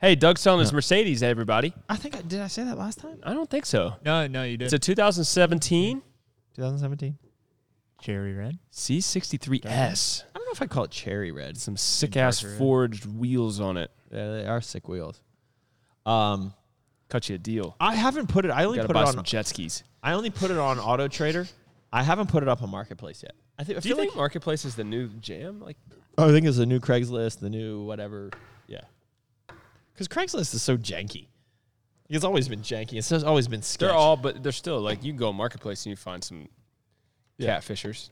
D: Hey, Doug's selling his Mercedes. Everybody,
C: I think I did. I say that last time.
D: I don't think so.
E: No, no, you did.
D: It's a 2017
C: 2017.
E: cherry red.
D: C63S.
C: I don't know if I call it cherry red.
D: Some sick ass forged wheels on it.
C: Yeah, they are sick wheels. Um,
D: Cut you a deal.
C: I haven't put it. I only
D: Got to
C: put
D: buy
C: it
D: some
C: on.
D: jet skis.
C: I only put it on Auto Trader. I haven't put it up on Marketplace yet. I, think. I
D: Do you
C: feel
D: think
C: like.
D: Marketplace is the new jam? Like,
C: Oh, I think it's the new Craigslist, the new whatever. Yeah. Because Craigslist is so janky. It's always been janky. It's just always been sketch.
D: They're all, but they're still like you go marketplace and you find some catfishers,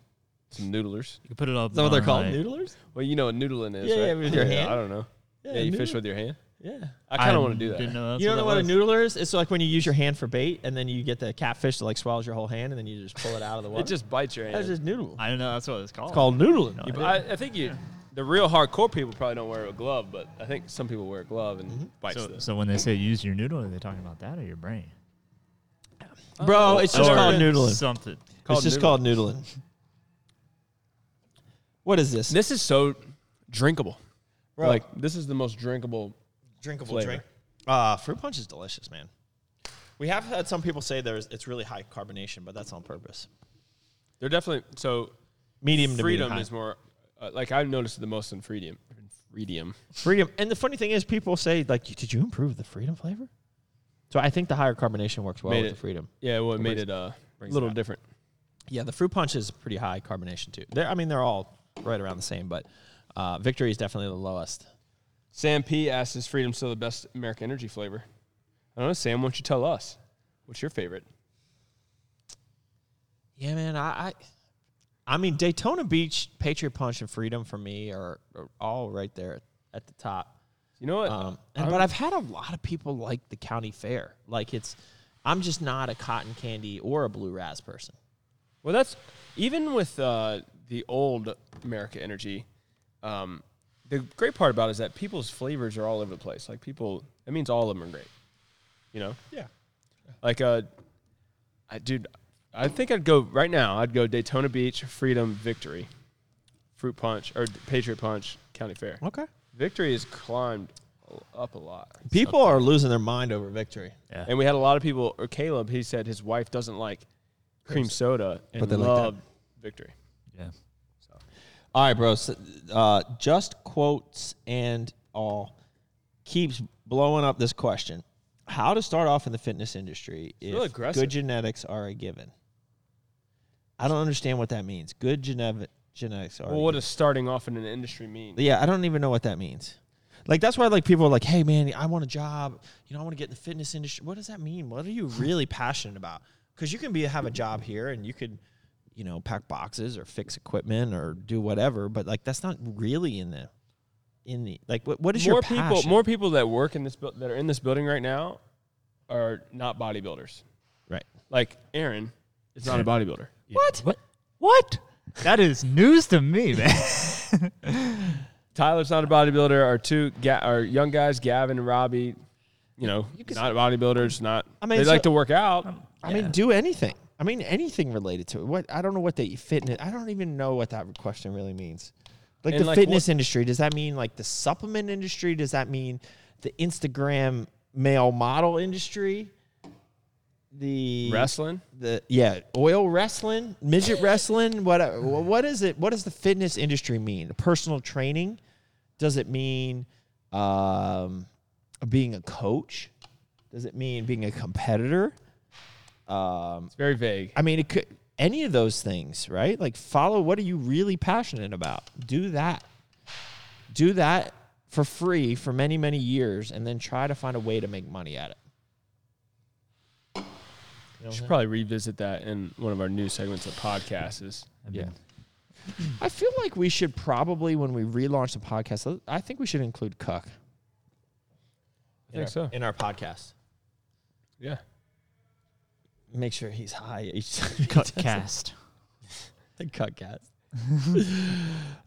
D: some noodlers.
E: You can put it up.
C: Is that what they're
E: on,
C: called?
E: like-
C: Noodlers?
D: Well, you know what noodling is,
C: Yeah,
D: right?
C: yeah, with your hand.
D: I don't know. Yeah, you
C: noodle.
D: fish with your hand.
C: Yeah.
D: I kind of
E: I
D: want to do that.
E: Didn't know that's
C: You don't know what a
E: that was.
C: noodler is? It's like when you use your hand for bait, and then you get the catfish that like swallows your whole hand, and then you just pull it out of the water.
D: It just bites your hand.
C: that's just noodle.
E: I don't know. That's what it's called.
C: It's called noodling.
D: But I, I think you, the real hardcore people probably don't wear a glove, but I think some people wear a glove
C: Mm-hmm.
D: and bites
E: So,
D: the.
E: so when they say use your noodle, are they talking about that or your brain?
D: Oh,
C: Bro, it's just
E: Or
C: called noodling.
E: Something.
D: called
C: it's just
D: noodling.
C: called noodling. What is this?
D: This is so drinkable.
C: Bro,
D: Like this is the most drinkable.
C: drinkable
D: flavor.
C: Uh, fruit punch is delicious, man. We have had some people say there's it's really high carbonation, but that's on purpose.
D: They're definitely so.
C: Medium to
D: freedom
C: medium
D: is more. Uh, like I've noticed the most in freedom. Freedom.
C: freedom. And the funny thing is, people say like, "Did you improve the freedom flavor?" So I think the higher carbonation works well
D: Made
C: with
D: it-
C: the freedom.
D: Yeah, well, it made it uh, a little different.
C: Yeah, the fruit punch is pretty high carbonation too. They're, I mean, they're all right around the same, but uh, victory is definitely the lowest.
D: Sam P asks, "Is freedom still the best American energy flavor?" I don't know, Sam. Why don't you tell us what's your favorite?
C: Yeah, man. I, I, I mean, Daytona Beach, Patriot Punch, and Freedom for me are, are all right there at the top.
D: You know what?
C: Um, and, but I've had a lot of people like the county fair. Like it's, I'm just not a cotton candy or a blue razz person.
D: well, that's even with uh, the old America energy. Um, the great part about it is that people's flavors are all over the place. Like people, that means all of them are great. You know,
C: Yeah.
D: like uh, I, dude, I think I'd go right now. I'd go Daytona Beach, Freedom, Victory, Fruit Punch, or Patriot Punch, County Fair.
C: Okay.
D: Victory has climbed up a lot.
C: People are losing their mind over victory.
D: And we had a lot of people, or Caleb, he said his wife doesn't like cream soda and
C: But they like that.
D: love victory.
E: Yeah.
C: All right, bro. So, uh, just quotes and all keeps blowing up this question. How to start off in the fitness industry if
D: real aggressive.
C: good genetics are a given? I don't understand what that means. Good gene- genetics are. a
D: Well, what does starting off in an industry mean?
C: yeah, I don't even know what that means. Like that's why like people are like, "Hey man, I want a job. You know, I want to get in the fitness industry." What does that mean? What are you really passionate about? Cuz you can be have a job here and you could, you know, pack boxes or fix equipment or do whatever, but like that's not really in the in the like what what is
D: more
C: your
D: people,
C: passion?
D: more people that work in this buil- that are in this building right now are not bodybuilders.
C: right.
D: Like Aaron is not a bodybuilder.
E: What? What? What? That is news to me, man.
D: Tyler's not a bodybuilder. Our two ga- our young guys, Gavin and Robbie, you know, not bodybuilders. Not
C: I mean,
D: they
C: so-
D: like to work out.
C: I mean, do anything. I mean, anything related to it. What I don't know what the fitness. I don't even know what that question really means. Like
D: And
C: the
D: like
C: fitness
D: what-
C: industry. Does that mean like the supplement industry? Does that mean the Instagram male model industry? The
D: Wrestling.
C: The yeah, oil wrestling, midget wrestling. What wh- what is it? What does the fitness industry mean? Personal training. Does it mean um, being a coach? Does it mean being a competitor?
D: It's very vague.
C: I mean, it could any of those things, right? Like follow what are you really passionate about? Do that. Do that for free for many, many years and then try to find a way to make money at it.
D: We should probably revisit that in one of our new segments of podcasts. Is yeah.
C: I feel like we should probably when we relaunch the podcast, I think we should include Cuck.
D: I think so.
C: In our podcast.
D: Yeah.
C: Make sure he's high each time. he
E: Cut
C: does it.
E: cast.
C: The cut cast.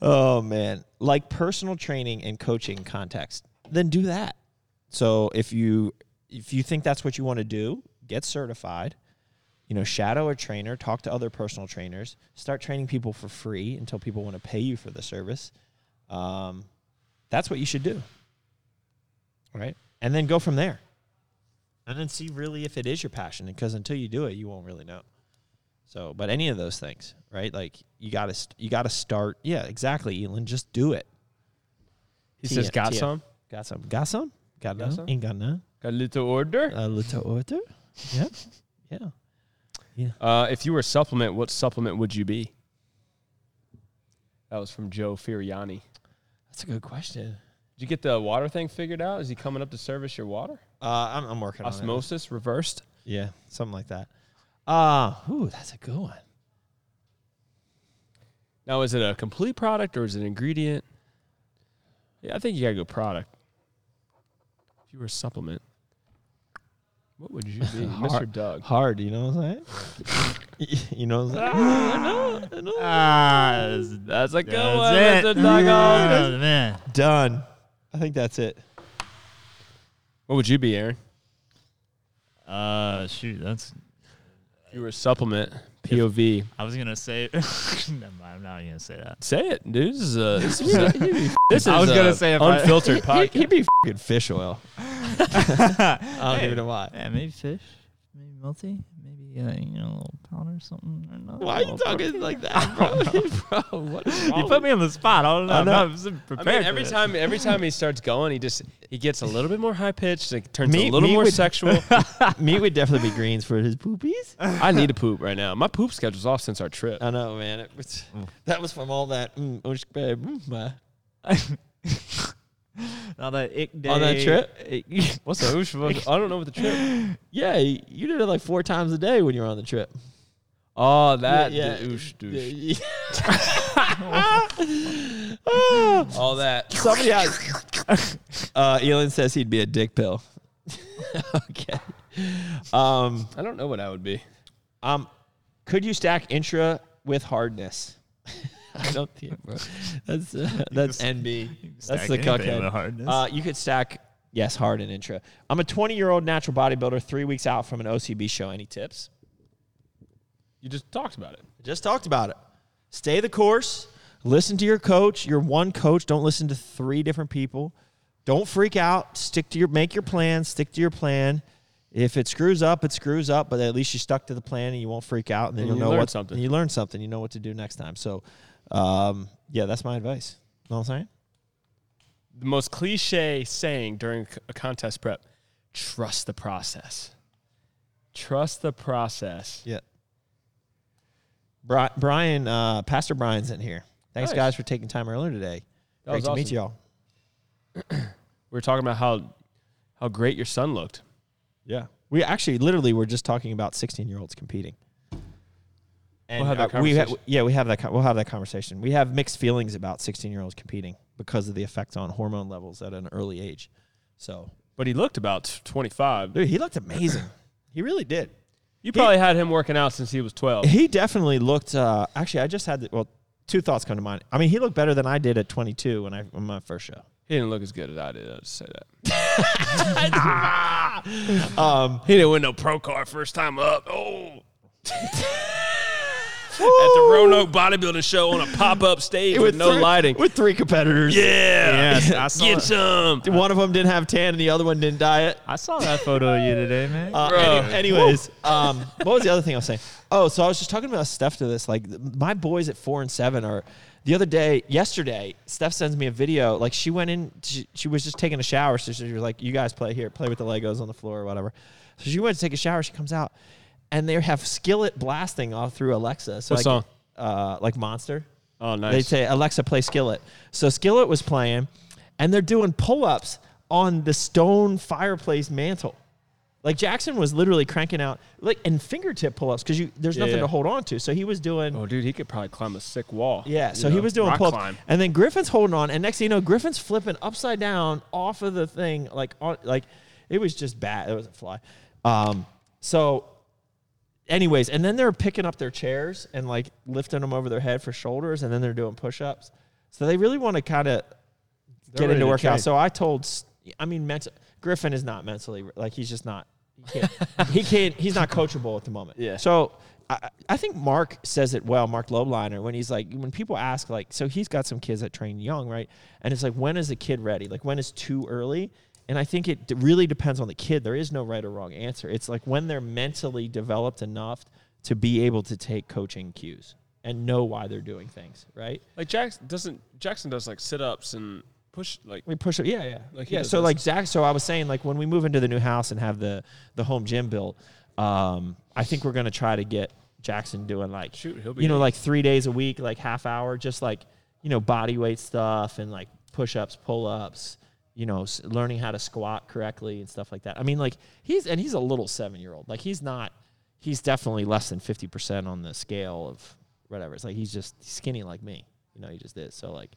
C: oh man, like personal training and coaching context. Then do that. So if you if you think that's what you want to do, get certified. You know, shadow a trainer, talk to other personal trainers, start training people for free until people want to pay you for the service. Um, that's what you should do. Right? And then go from there. And then see really if it is your passion because until you do it, you won't really know. So, but any of those things, right? Like you got to st- you got to start. Yeah, exactly, Elon. Just do it.
D: He
C: TM,
D: says, "Got
C: TM.
D: some?
C: Got some. Got some. Got none.
D: some?
C: Ain't got none.
D: Got a little order."
C: A little order. Yeah, yeah.
D: Uh, if you were a supplement, what supplement would you be? That was from Joe Firiani.
C: That's a good question.
D: Did you get the water thing figured out? Is he coming up to service your water?
C: Uh, I'm, I'm working on it.
D: Osmosis reversed.
C: Yeah, something like that. Uh, ooh, that's a good one.
D: Now, is it a complete product or is it an ingredient? Yeah, I think you gotta go product. If you were a supplement, what would you be, Mister
C: Hard-
D: Doug?
C: Hard, you know what I'm saying? you know what I'm saying?
E: Ah, that's,
D: That's a good
E: that's it. Oh, man.
C: Done. I think that's it.
D: What would you be, Aaron?
E: Uh, shoot, that's.
D: If you were a supplement, POV.
E: I was gonna say. Never mind, I'm not gonna say that.
D: Say it, dude. This is a. This is a- this is
E: I was
D: a
E: gonna say if I-
D: unfiltered podcast.
C: He'd be fing fish oil. I
D: Ah,
C: don't even know why.
E: Yeah, maybe fish, maybe multi, maybe uh, you know, a little powder or something. Or another
C: Why are you
E: little
C: talking like that, bro?
D: Bro, what is
E: pro-
D: wrong
E: You put me on the spot. I don't know.
C: I
E: I
C: know.
E: know. I'm not
D: I
E: prepared.
D: mean,
E: for
D: every
E: this.
D: time, every time he starts going, he just he gets a little bit more high pitched. Like turns
C: Me-
D: a little
C: me
D: more
C: would-
D: sexual.
C: Meat would definitely be greens for his poopies.
D: I need to poop right now. My poop schedule's off since our trip.
C: I know, man. It was,
D: Mm.
C: That was from all that. Mm, oh, sh- babe, mm, my.
E: on that ick day.
C: On that trip?
E: ick-
D: What's the oosh? What- I don't know what the trip.
C: Yeah, y- you did it like four times a day when you were on the trip.
D: Oh, that
C: yeah.
D: the oosh douche.
C: Yeah,
D: All that.
C: Somebody else. Uh, Elon says he'd be a dick pill. okay. Um,
D: I don't know what I would be.
C: um, could you stack intra with hardness? I don't think, bro. That's uh, that's NB. That's
E: stack
C: the
E: anything
C: cuckhead.
E: with hardness.
C: Uh, you could stack yes, hard and intra. I'm a 20 year old natural bodybuilder, three weeks out from an OCB show. Any tips?
D: You just talked about it.
C: Just talked about it. Stay the course. Listen to your coach, your one coach. Don't listen to three different people. Don't freak out. Stick to your make your plan. Stick to your plan. If it screws up, it screws up. But at least you stuck to the plan and you won't freak out. And then
D: And
C: you'll
D: you
C: know
D: learn
C: what
D: something.
C: You learn something. You know what to do next time. So, Um, yeah, that's my advice. Know what I'm saying?
D: The most cliche saying during a contest prep: trust the process. Trust the process.
C: Yeah. Bri- Brian, uh, Pastor Brian's in here. Thanks,
D: Nice.
C: guys, for taking time earlier today.
D: That
C: Great
D: was
C: to meet y'all.
D: awesome. We were talking about how how great your son looked.
C: Yeah. We actually literally were just talking about 16 year olds competing. And
D: We'll have that
C: uh, we ha-
D: conversation.
C: yeah, we have that. con- We'll have that conversation. We have mixed feelings about 16 year olds competing because of the effects on hormone levels at an early age. So,
D: But he looked about 25.
C: dude, he looked amazing. he really did.
D: You probably had him working out since he was 12.
C: He definitely looked. Uh, actually, I just had the, well, two thoughts come to mind. I mean, he looked better than I did at 22 when I on my first show.
D: He didn't look as good as I did. I'll just say that.
C: Um,
D: He didn't win no pro car first time up. Oh. At the Roanoke bodybuilding show on a pop up stage with, no
C: three-
D: lighting.
C: with three competitors.
D: yeah.
E: Yes, I saw
D: Get
E: it.
D: some.
C: One of them didn't have tan, and the other one didn't dye it.
E: I saw that photo of you today, man.
C: Uh, any- anyways, um, what was the other thing I was saying? Oh, so I was just talking about Steph to this. Like, th- my boys at four and seven are. The other day, yesterday, Steph sends me a video. Like, she went in. She, she was just taking a shower, so she was like, "You guys play here, play with the Legos on the floor or whatever." So she went to take a shower. She comes out, and they have skillet blasting all through Alexa. So
D: What
C: like,
D: song?
C: Uh, like Monster.
D: Oh, nice.
C: They say Alexa play Skillet. So Skillet was playing, and they're doing pull-ups on the stone fireplace mantle. Like Jackson was literally cranking out like and fingertip pull-ups because you there's
D: Yeah,
C: nothing
D: yeah.
C: to hold on to. So he was doing
D: oh, dude, he could probably climb a sick wall.
C: yeah.
D: You
C: So he
D: know,
C: was doing
D: rock
C: pull-ups,
D: climb.
C: and then Griffin's holding on, and next thing you know, Griffin's flipping upside down off of the thing like on like it was just bad. It was a fly. Um. So. Anyways, and then they're picking up their chairs and like lifting them over their head for shoulders, and then they're doing push-ups. So they really want to kind of
D: They're
C: get into
D: ready to
C: workout.
D: train.
C: So I told, s- I mean, mental, Griffin is not mentally like he's just not. He can't. he can't he's not coachable at the moment.
D: Yeah.
C: So I, I think Mark says it well. Mark Lobliner when he's like when people ask like so he's got some kids that train young right and it's like when is a kid ready like when is too early and I think it d- really depends on the kid. There is no right or wrong answer. It's like when they're mentally developed enough to be able to take coaching cues and know why they're doing things right.
D: Like Jackson doesn't. Jackson does like sit ups and push. Like
C: We push it. Yeah, yeah.
D: Like he
C: yeah.
D: does
C: So
D: this.
C: like Zach. So I was saying like when we move into the new house and have the the home gym built, um, I think we're gonna try to get Jackson doing like
D: Shoot, he'll be
C: you know
D: good.
C: like three days a week, like half hour, just like you know body weight stuff and like push ups, pull ups. You know, s- learning how to squat correctly and stuff like that. I mean, like he's and he's a little seven year old. Like he's not. He's definitely less than fifty percent on the scale of whatever. It's like he's just skinny like me. You know, he just is. So like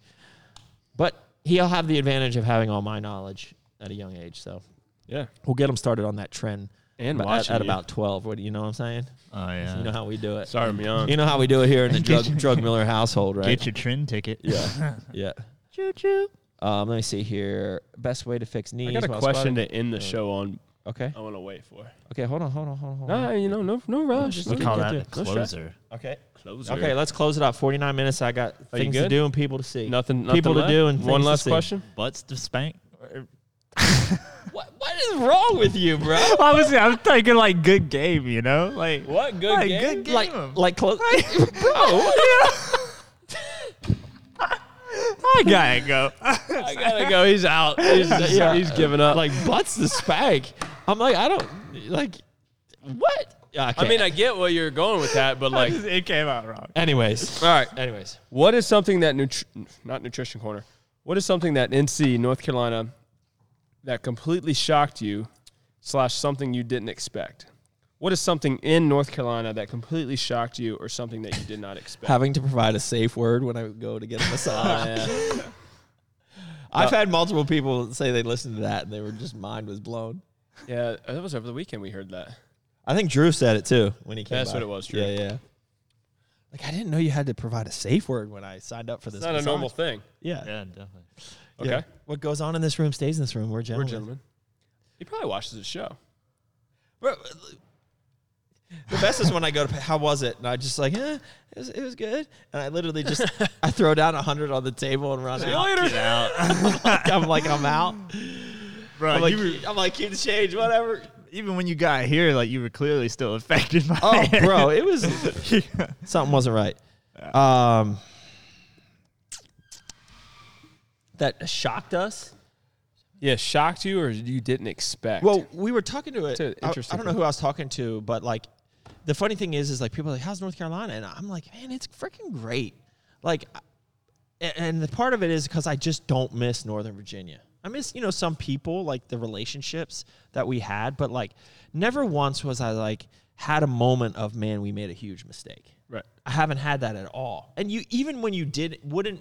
C: but he'll have the advantage of having all my knowledge at a young age. So
D: yeah.
C: we'll get him started on that trend.
D: And
C: ab- at,
D: watching
C: at
D: you. Uh,
C: about twelve. What do you know? what I'm saying.
E: oh yeah.
C: You know how we do it.
D: Sorry, I'm young.
C: You know how we do it here in the drug drug Miller household, right?
E: Get your trend ticket.
C: yeah, yeah. Choo choo. Um, let me see here. Best way to fix knees.
D: I got a
C: while
D: question
C: squatting.
D: to end the show on.
C: Okay.
D: I want to wait for.
C: Okay. Hold on. Hold on. Hold on. Hold on.
D: No, Ah, you know, no, no rush.
E: We
C: Okay,
E: call
C: get
E: that
C: to
E: a
C: it. Let's
D: try.
E: closer.
C: Okay.
D: Close
C: Okay. Let's close it up. Forty nine minutes. I got
D: Are you
C: things to
D: good?
C: do and people to see.
D: Nothing. nothing
C: People
D: left?
C: to do and things
D: one
C: to
D: last
C: see.
D: question.
E: Butts to spank.
C: What, what is wrong with you, bro?
E: I was I'm thinking like good game, you know, like
D: What good
E: like,
D: game?
E: Good game.
C: like, like close.
E: bro. I gotta go.
D: I gotta go. He's out. He's,
C: Yeah.
D: he's giving up.
C: like butts the spank. I'm like, I don't like what. Yeah,
D: I mean, I get where you're going with that, but like, all
E: it came out wrong.
C: anyways,
D: right.
C: anyways,
D: What is something that nutri- not nutrition corner? What is something that NC North Carolina that completely shocked you, slash something you didn't expect? What is something in North Carolina that completely shocked you, or something that you did not expect?
C: having to provide a safe word when I go to get a massage.
D: Yeah.
C: I've had multiple people say they listened to that and they were just mind was blown.
D: yeah, that was over the weekend. We heard that.
C: I think Drew said it too when he came.
D: That's
C: by.
D: what it was, Drew.
C: Yeah, yeah. Like I didn't know you had to provide a safe word when I signed up for this.
D: It's not a
C: massage.
D: normal thing.
C: Yeah. yeah.
E: Yeah, definitely.
D: Okay,
C: What goes on in this room stays in this room. We're
D: we're
C: gentlemen.
D: gentlemen. He probably watches the show.
C: Bro, the best is when I go to how was it, and I just like, eh, it was, it was good, and I literally just I throw down a hundred on the table and run out. I'm like I'm out.
E: Bro,
C: I'm like,
E: you were,
C: I'm like keep the change, whatever.
E: even when you got here, like you were clearly still affected by
C: Oh,
E: it.
C: bro, it was something wasn't right. Um, that shocked us?
D: Yeah, shocked you or you didn't expect?
C: Well, we were talking to it.
D: an
C: I,
D: interesting
C: I don't know who I was talking to, but like, the funny thing is, is like people are like, "How's North Carolina?" And I'm like, "Man, it's freaking great." Like, I- a- and the part of it is because I just don't miss Northern Virginia. I miss you know some people like the relationships that we had, but like never once was I like had a moment of man, we made a huge mistake.
D: right.
C: I haven't had that at all. And you even when you did wouldn't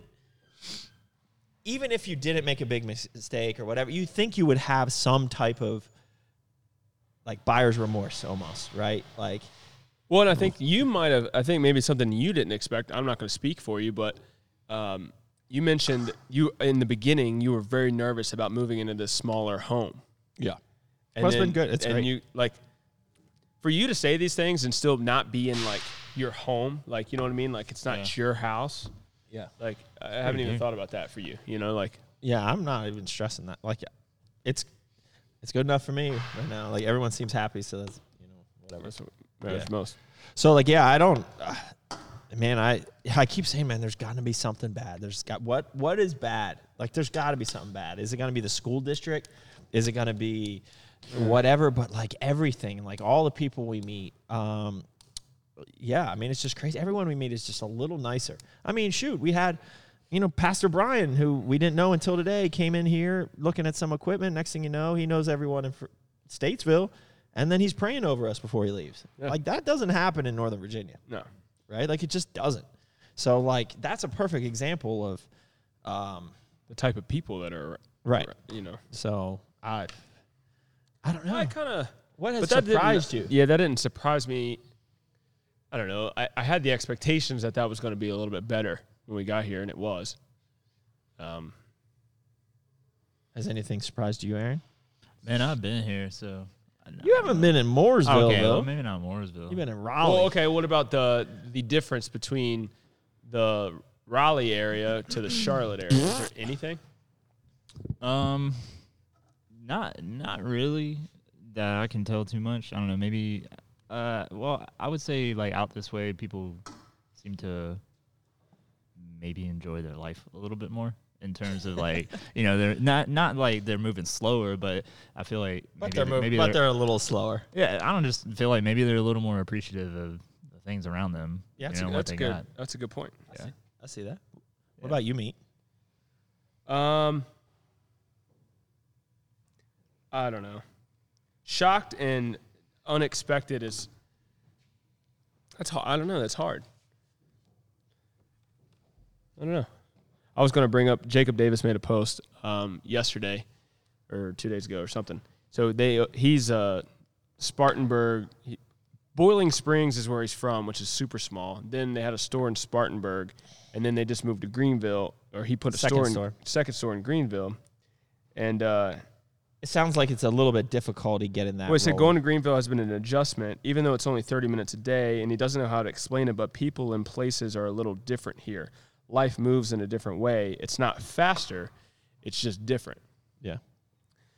C: even if you didn't make a big mis- mistake or whatever, you think you would have some type of like buyer's remorse almost, right? Like
D: Well, and I think you might have. I think maybe something you didn't expect. I'm not going to speak for you, but um, you mentioned you in the beginning you were very nervous about moving into this smaller home.
C: yeah.
D: And
C: Well, it's been
D: then-
C: good. It's
D: and
C: great.
D: you like for you to say these things and still not be in like your home, like you know what I mean. Like it's not your house.
C: Yeah.
D: Like I haven't even thought about that for you. You know, like
C: Yeah, I'm not even stressing that. Like it's it's good enough for me right now. Like everyone seems happy, so that's you know whatever.
D: that's what matters
C: Yeah.
D: most.
C: So like yeah, I don't uh, man, I I keep saying man, there's got to be something bad. There's got what what is bad? Like there's got to be something bad. Is it going to be the school district? Is it going to be whatever but like everything, like all the people we meet. Um yeah, I mean it's just crazy. Everyone we meet is just a little nicer. I mean, shoot, we had you know Pastor Brian who we didn't know until today came in here looking at some equipment. Next thing you know, he knows everyone in Fr- Statesville. And then he's praying over us before he leaves. Like that doesn't happen in Northern Virginia
D: No.
C: right? Like it just doesn't. So like that's a perfect example of, um,
D: The type of people that are
C: Right.
D: You know.
C: so I, I don't know.
D: I kind of
C: What has
D: that didn't-
C: surprised you?
D: Yeah, that didn't surprise me. I don't know. I, I had the expectations that that was going to be a little bit better when we got here, and it was. Um,
C: Has anything surprised you, Aaron?
E: Man, I've been here, so I know.
C: You haven't been in Mooresville
E: Okay,
C: though.
E: well, maybe not Mooresville.
C: You've been in Raleigh.
D: well, okay. What about the the difference between the Raleigh area to the Charlotte area? Is there anything?
E: Um, not not really that I can tell too much. I don't know. Maybe, uh, well, I would say like out this way, people seem to maybe enjoy their life a little bit more in terms of like you know they're not not like they're moving slower, but I feel like maybe,
C: but they're, moving,
E: maybe
C: but they're a little slower.
E: yeah. I don't just feel like maybe they're a little more appreciative of the things around them.
C: Yeah,
E: you
C: that's a
E: know,
C: good-
E: what
D: That's
E: they
D: good.
E: got.
D: That's a good point.
E: Yeah.
C: I see that. What about you, meat?
D: Um, I don't know. Shocked and unexpected is that's hard. I don't know. That's hard. I don't know. I was going to bring up Jacob Davis made a post um, yesterday or two days ago or something. So they he's uh, Spartanburg. He, Boiling Springs is where he's from, which is super small. Then they had a store in Spartanburg, and then they just moved to Greenville, or he put a
C: Second
D: store in
C: store.
D: second store in Greenville. And uh,
C: It sounds like it's a little bit difficulty getting that.
D: well, he said
C: rolling.
D: going to Greenville has been an adjustment, even though it's only 30 minutes a day, and he doesn't know how to explain it, but people and places are a little different here. Life moves in a different way. It's not faster, it's just different.
C: yeah,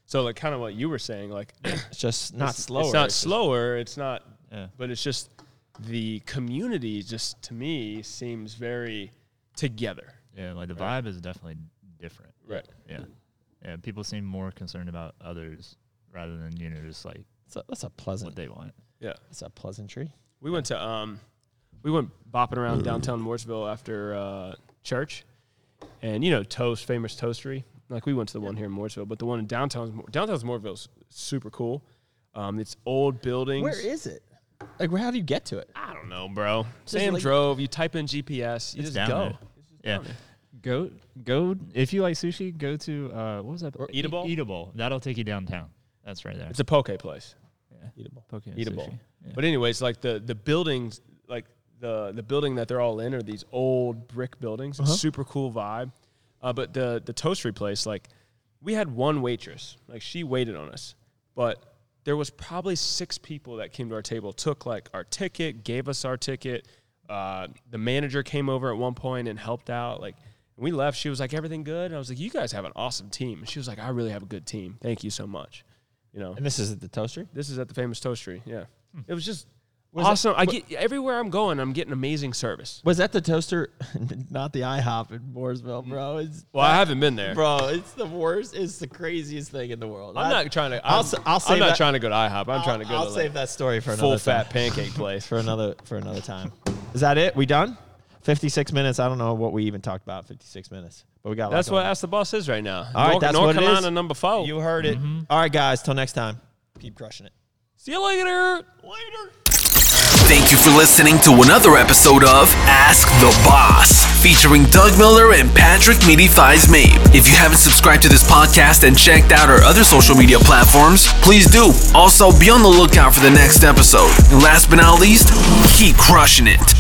D: So, like, kind of what you were saying, like,
C: it's just not slower.
D: it's not
C: just-
D: slower, it's not,
E: Yeah.
D: but it's just the community, just to me, seems very together.
E: Yeah, like the vibe is definitely different.
D: Right.
E: Yeah. Yeah. People seem more concerned about others rather than, you know, just like
C: That's a, that's a pleasant.
E: what they want.
D: Yeah.
C: That's a pleasantry.
D: We went to um, we went bopping around downtown Mooresville after uh, church, and you know Toast, famous toastery. Like we went to the one here in Mooresville, but the one in downtown downtown Mooresville's super cool. Um, it's old buildings.
C: Where is it? Like, where? How do you get to it?
D: I don't know, bro. Sam
C: like-
D: drove. You type in GPS. You just
E: down
D: go.
E: there. Yeah. Go, go. If you like sushi, go to uh, what was that?
D: Or Eatable?
E: E- Eatable. That'll take you downtown. That's right there.
D: It's a poke place.
C: Eatable.
E: poke and
D: eatable.
E: sushi. Yeah.
D: But anyways, like the the buildings, like the the building that they're all in are these old brick buildings. It's Super cool vibe. Uh, but the the toastery place, like we had one waitress, like she waited on us, but there was probably six people that came to our table, took like our ticket, gave us our ticket. Uh, the manager came over at one point and helped out. Like we left, she was like, "Everything good?" And I was like, "You guys have an awesome team." And she was like, "I really have a good team. Thank you so much." You know,
C: And this is at the toaster.
D: this Hmm. is at the famous toastery. Yeah. It was just
C: that-
D: awesome. I get everywhere I'm going. I'm getting amazing service.
C: Was that the toaster? Not the IHOP in Mooresville, bro. It's
D: Well, I haven't been there.
C: bro, it's the worst. It's the craziest thing in the world.
D: I'm not trying to.
C: I'll
D: I'm,
C: s- I'll
D: I'm
C: save
D: not
C: that-
D: trying to go to IHOP. I'm trying to go
C: I'll
D: to
C: save
D: like
C: that story for another
D: full fat
C: time.
D: pancake place.
C: for another for another time. Is that it? We done? Fifty six minutes. I don't know what we even talked about. Fifty six minutes, but we got. a lot
D: That's
C: going
D: what Ask the Boss is right now.
C: All right,
D: North,
C: that's
D: North
C: what it is.
D: Carolina number
C: on.
D: four.
C: You heard it. All right, guys. Till next time. Keep crushing it.
D: See you later.
B: Thank you for listening to another episode of Ask the Boss, featuring Doug Miller and Patrick Meaty Thighs Mabe. If you haven't subscribed to this podcast and checked out our other social media platforms, please do. Also, be on the lookout for the next episode. And last but not least, keep crushing it.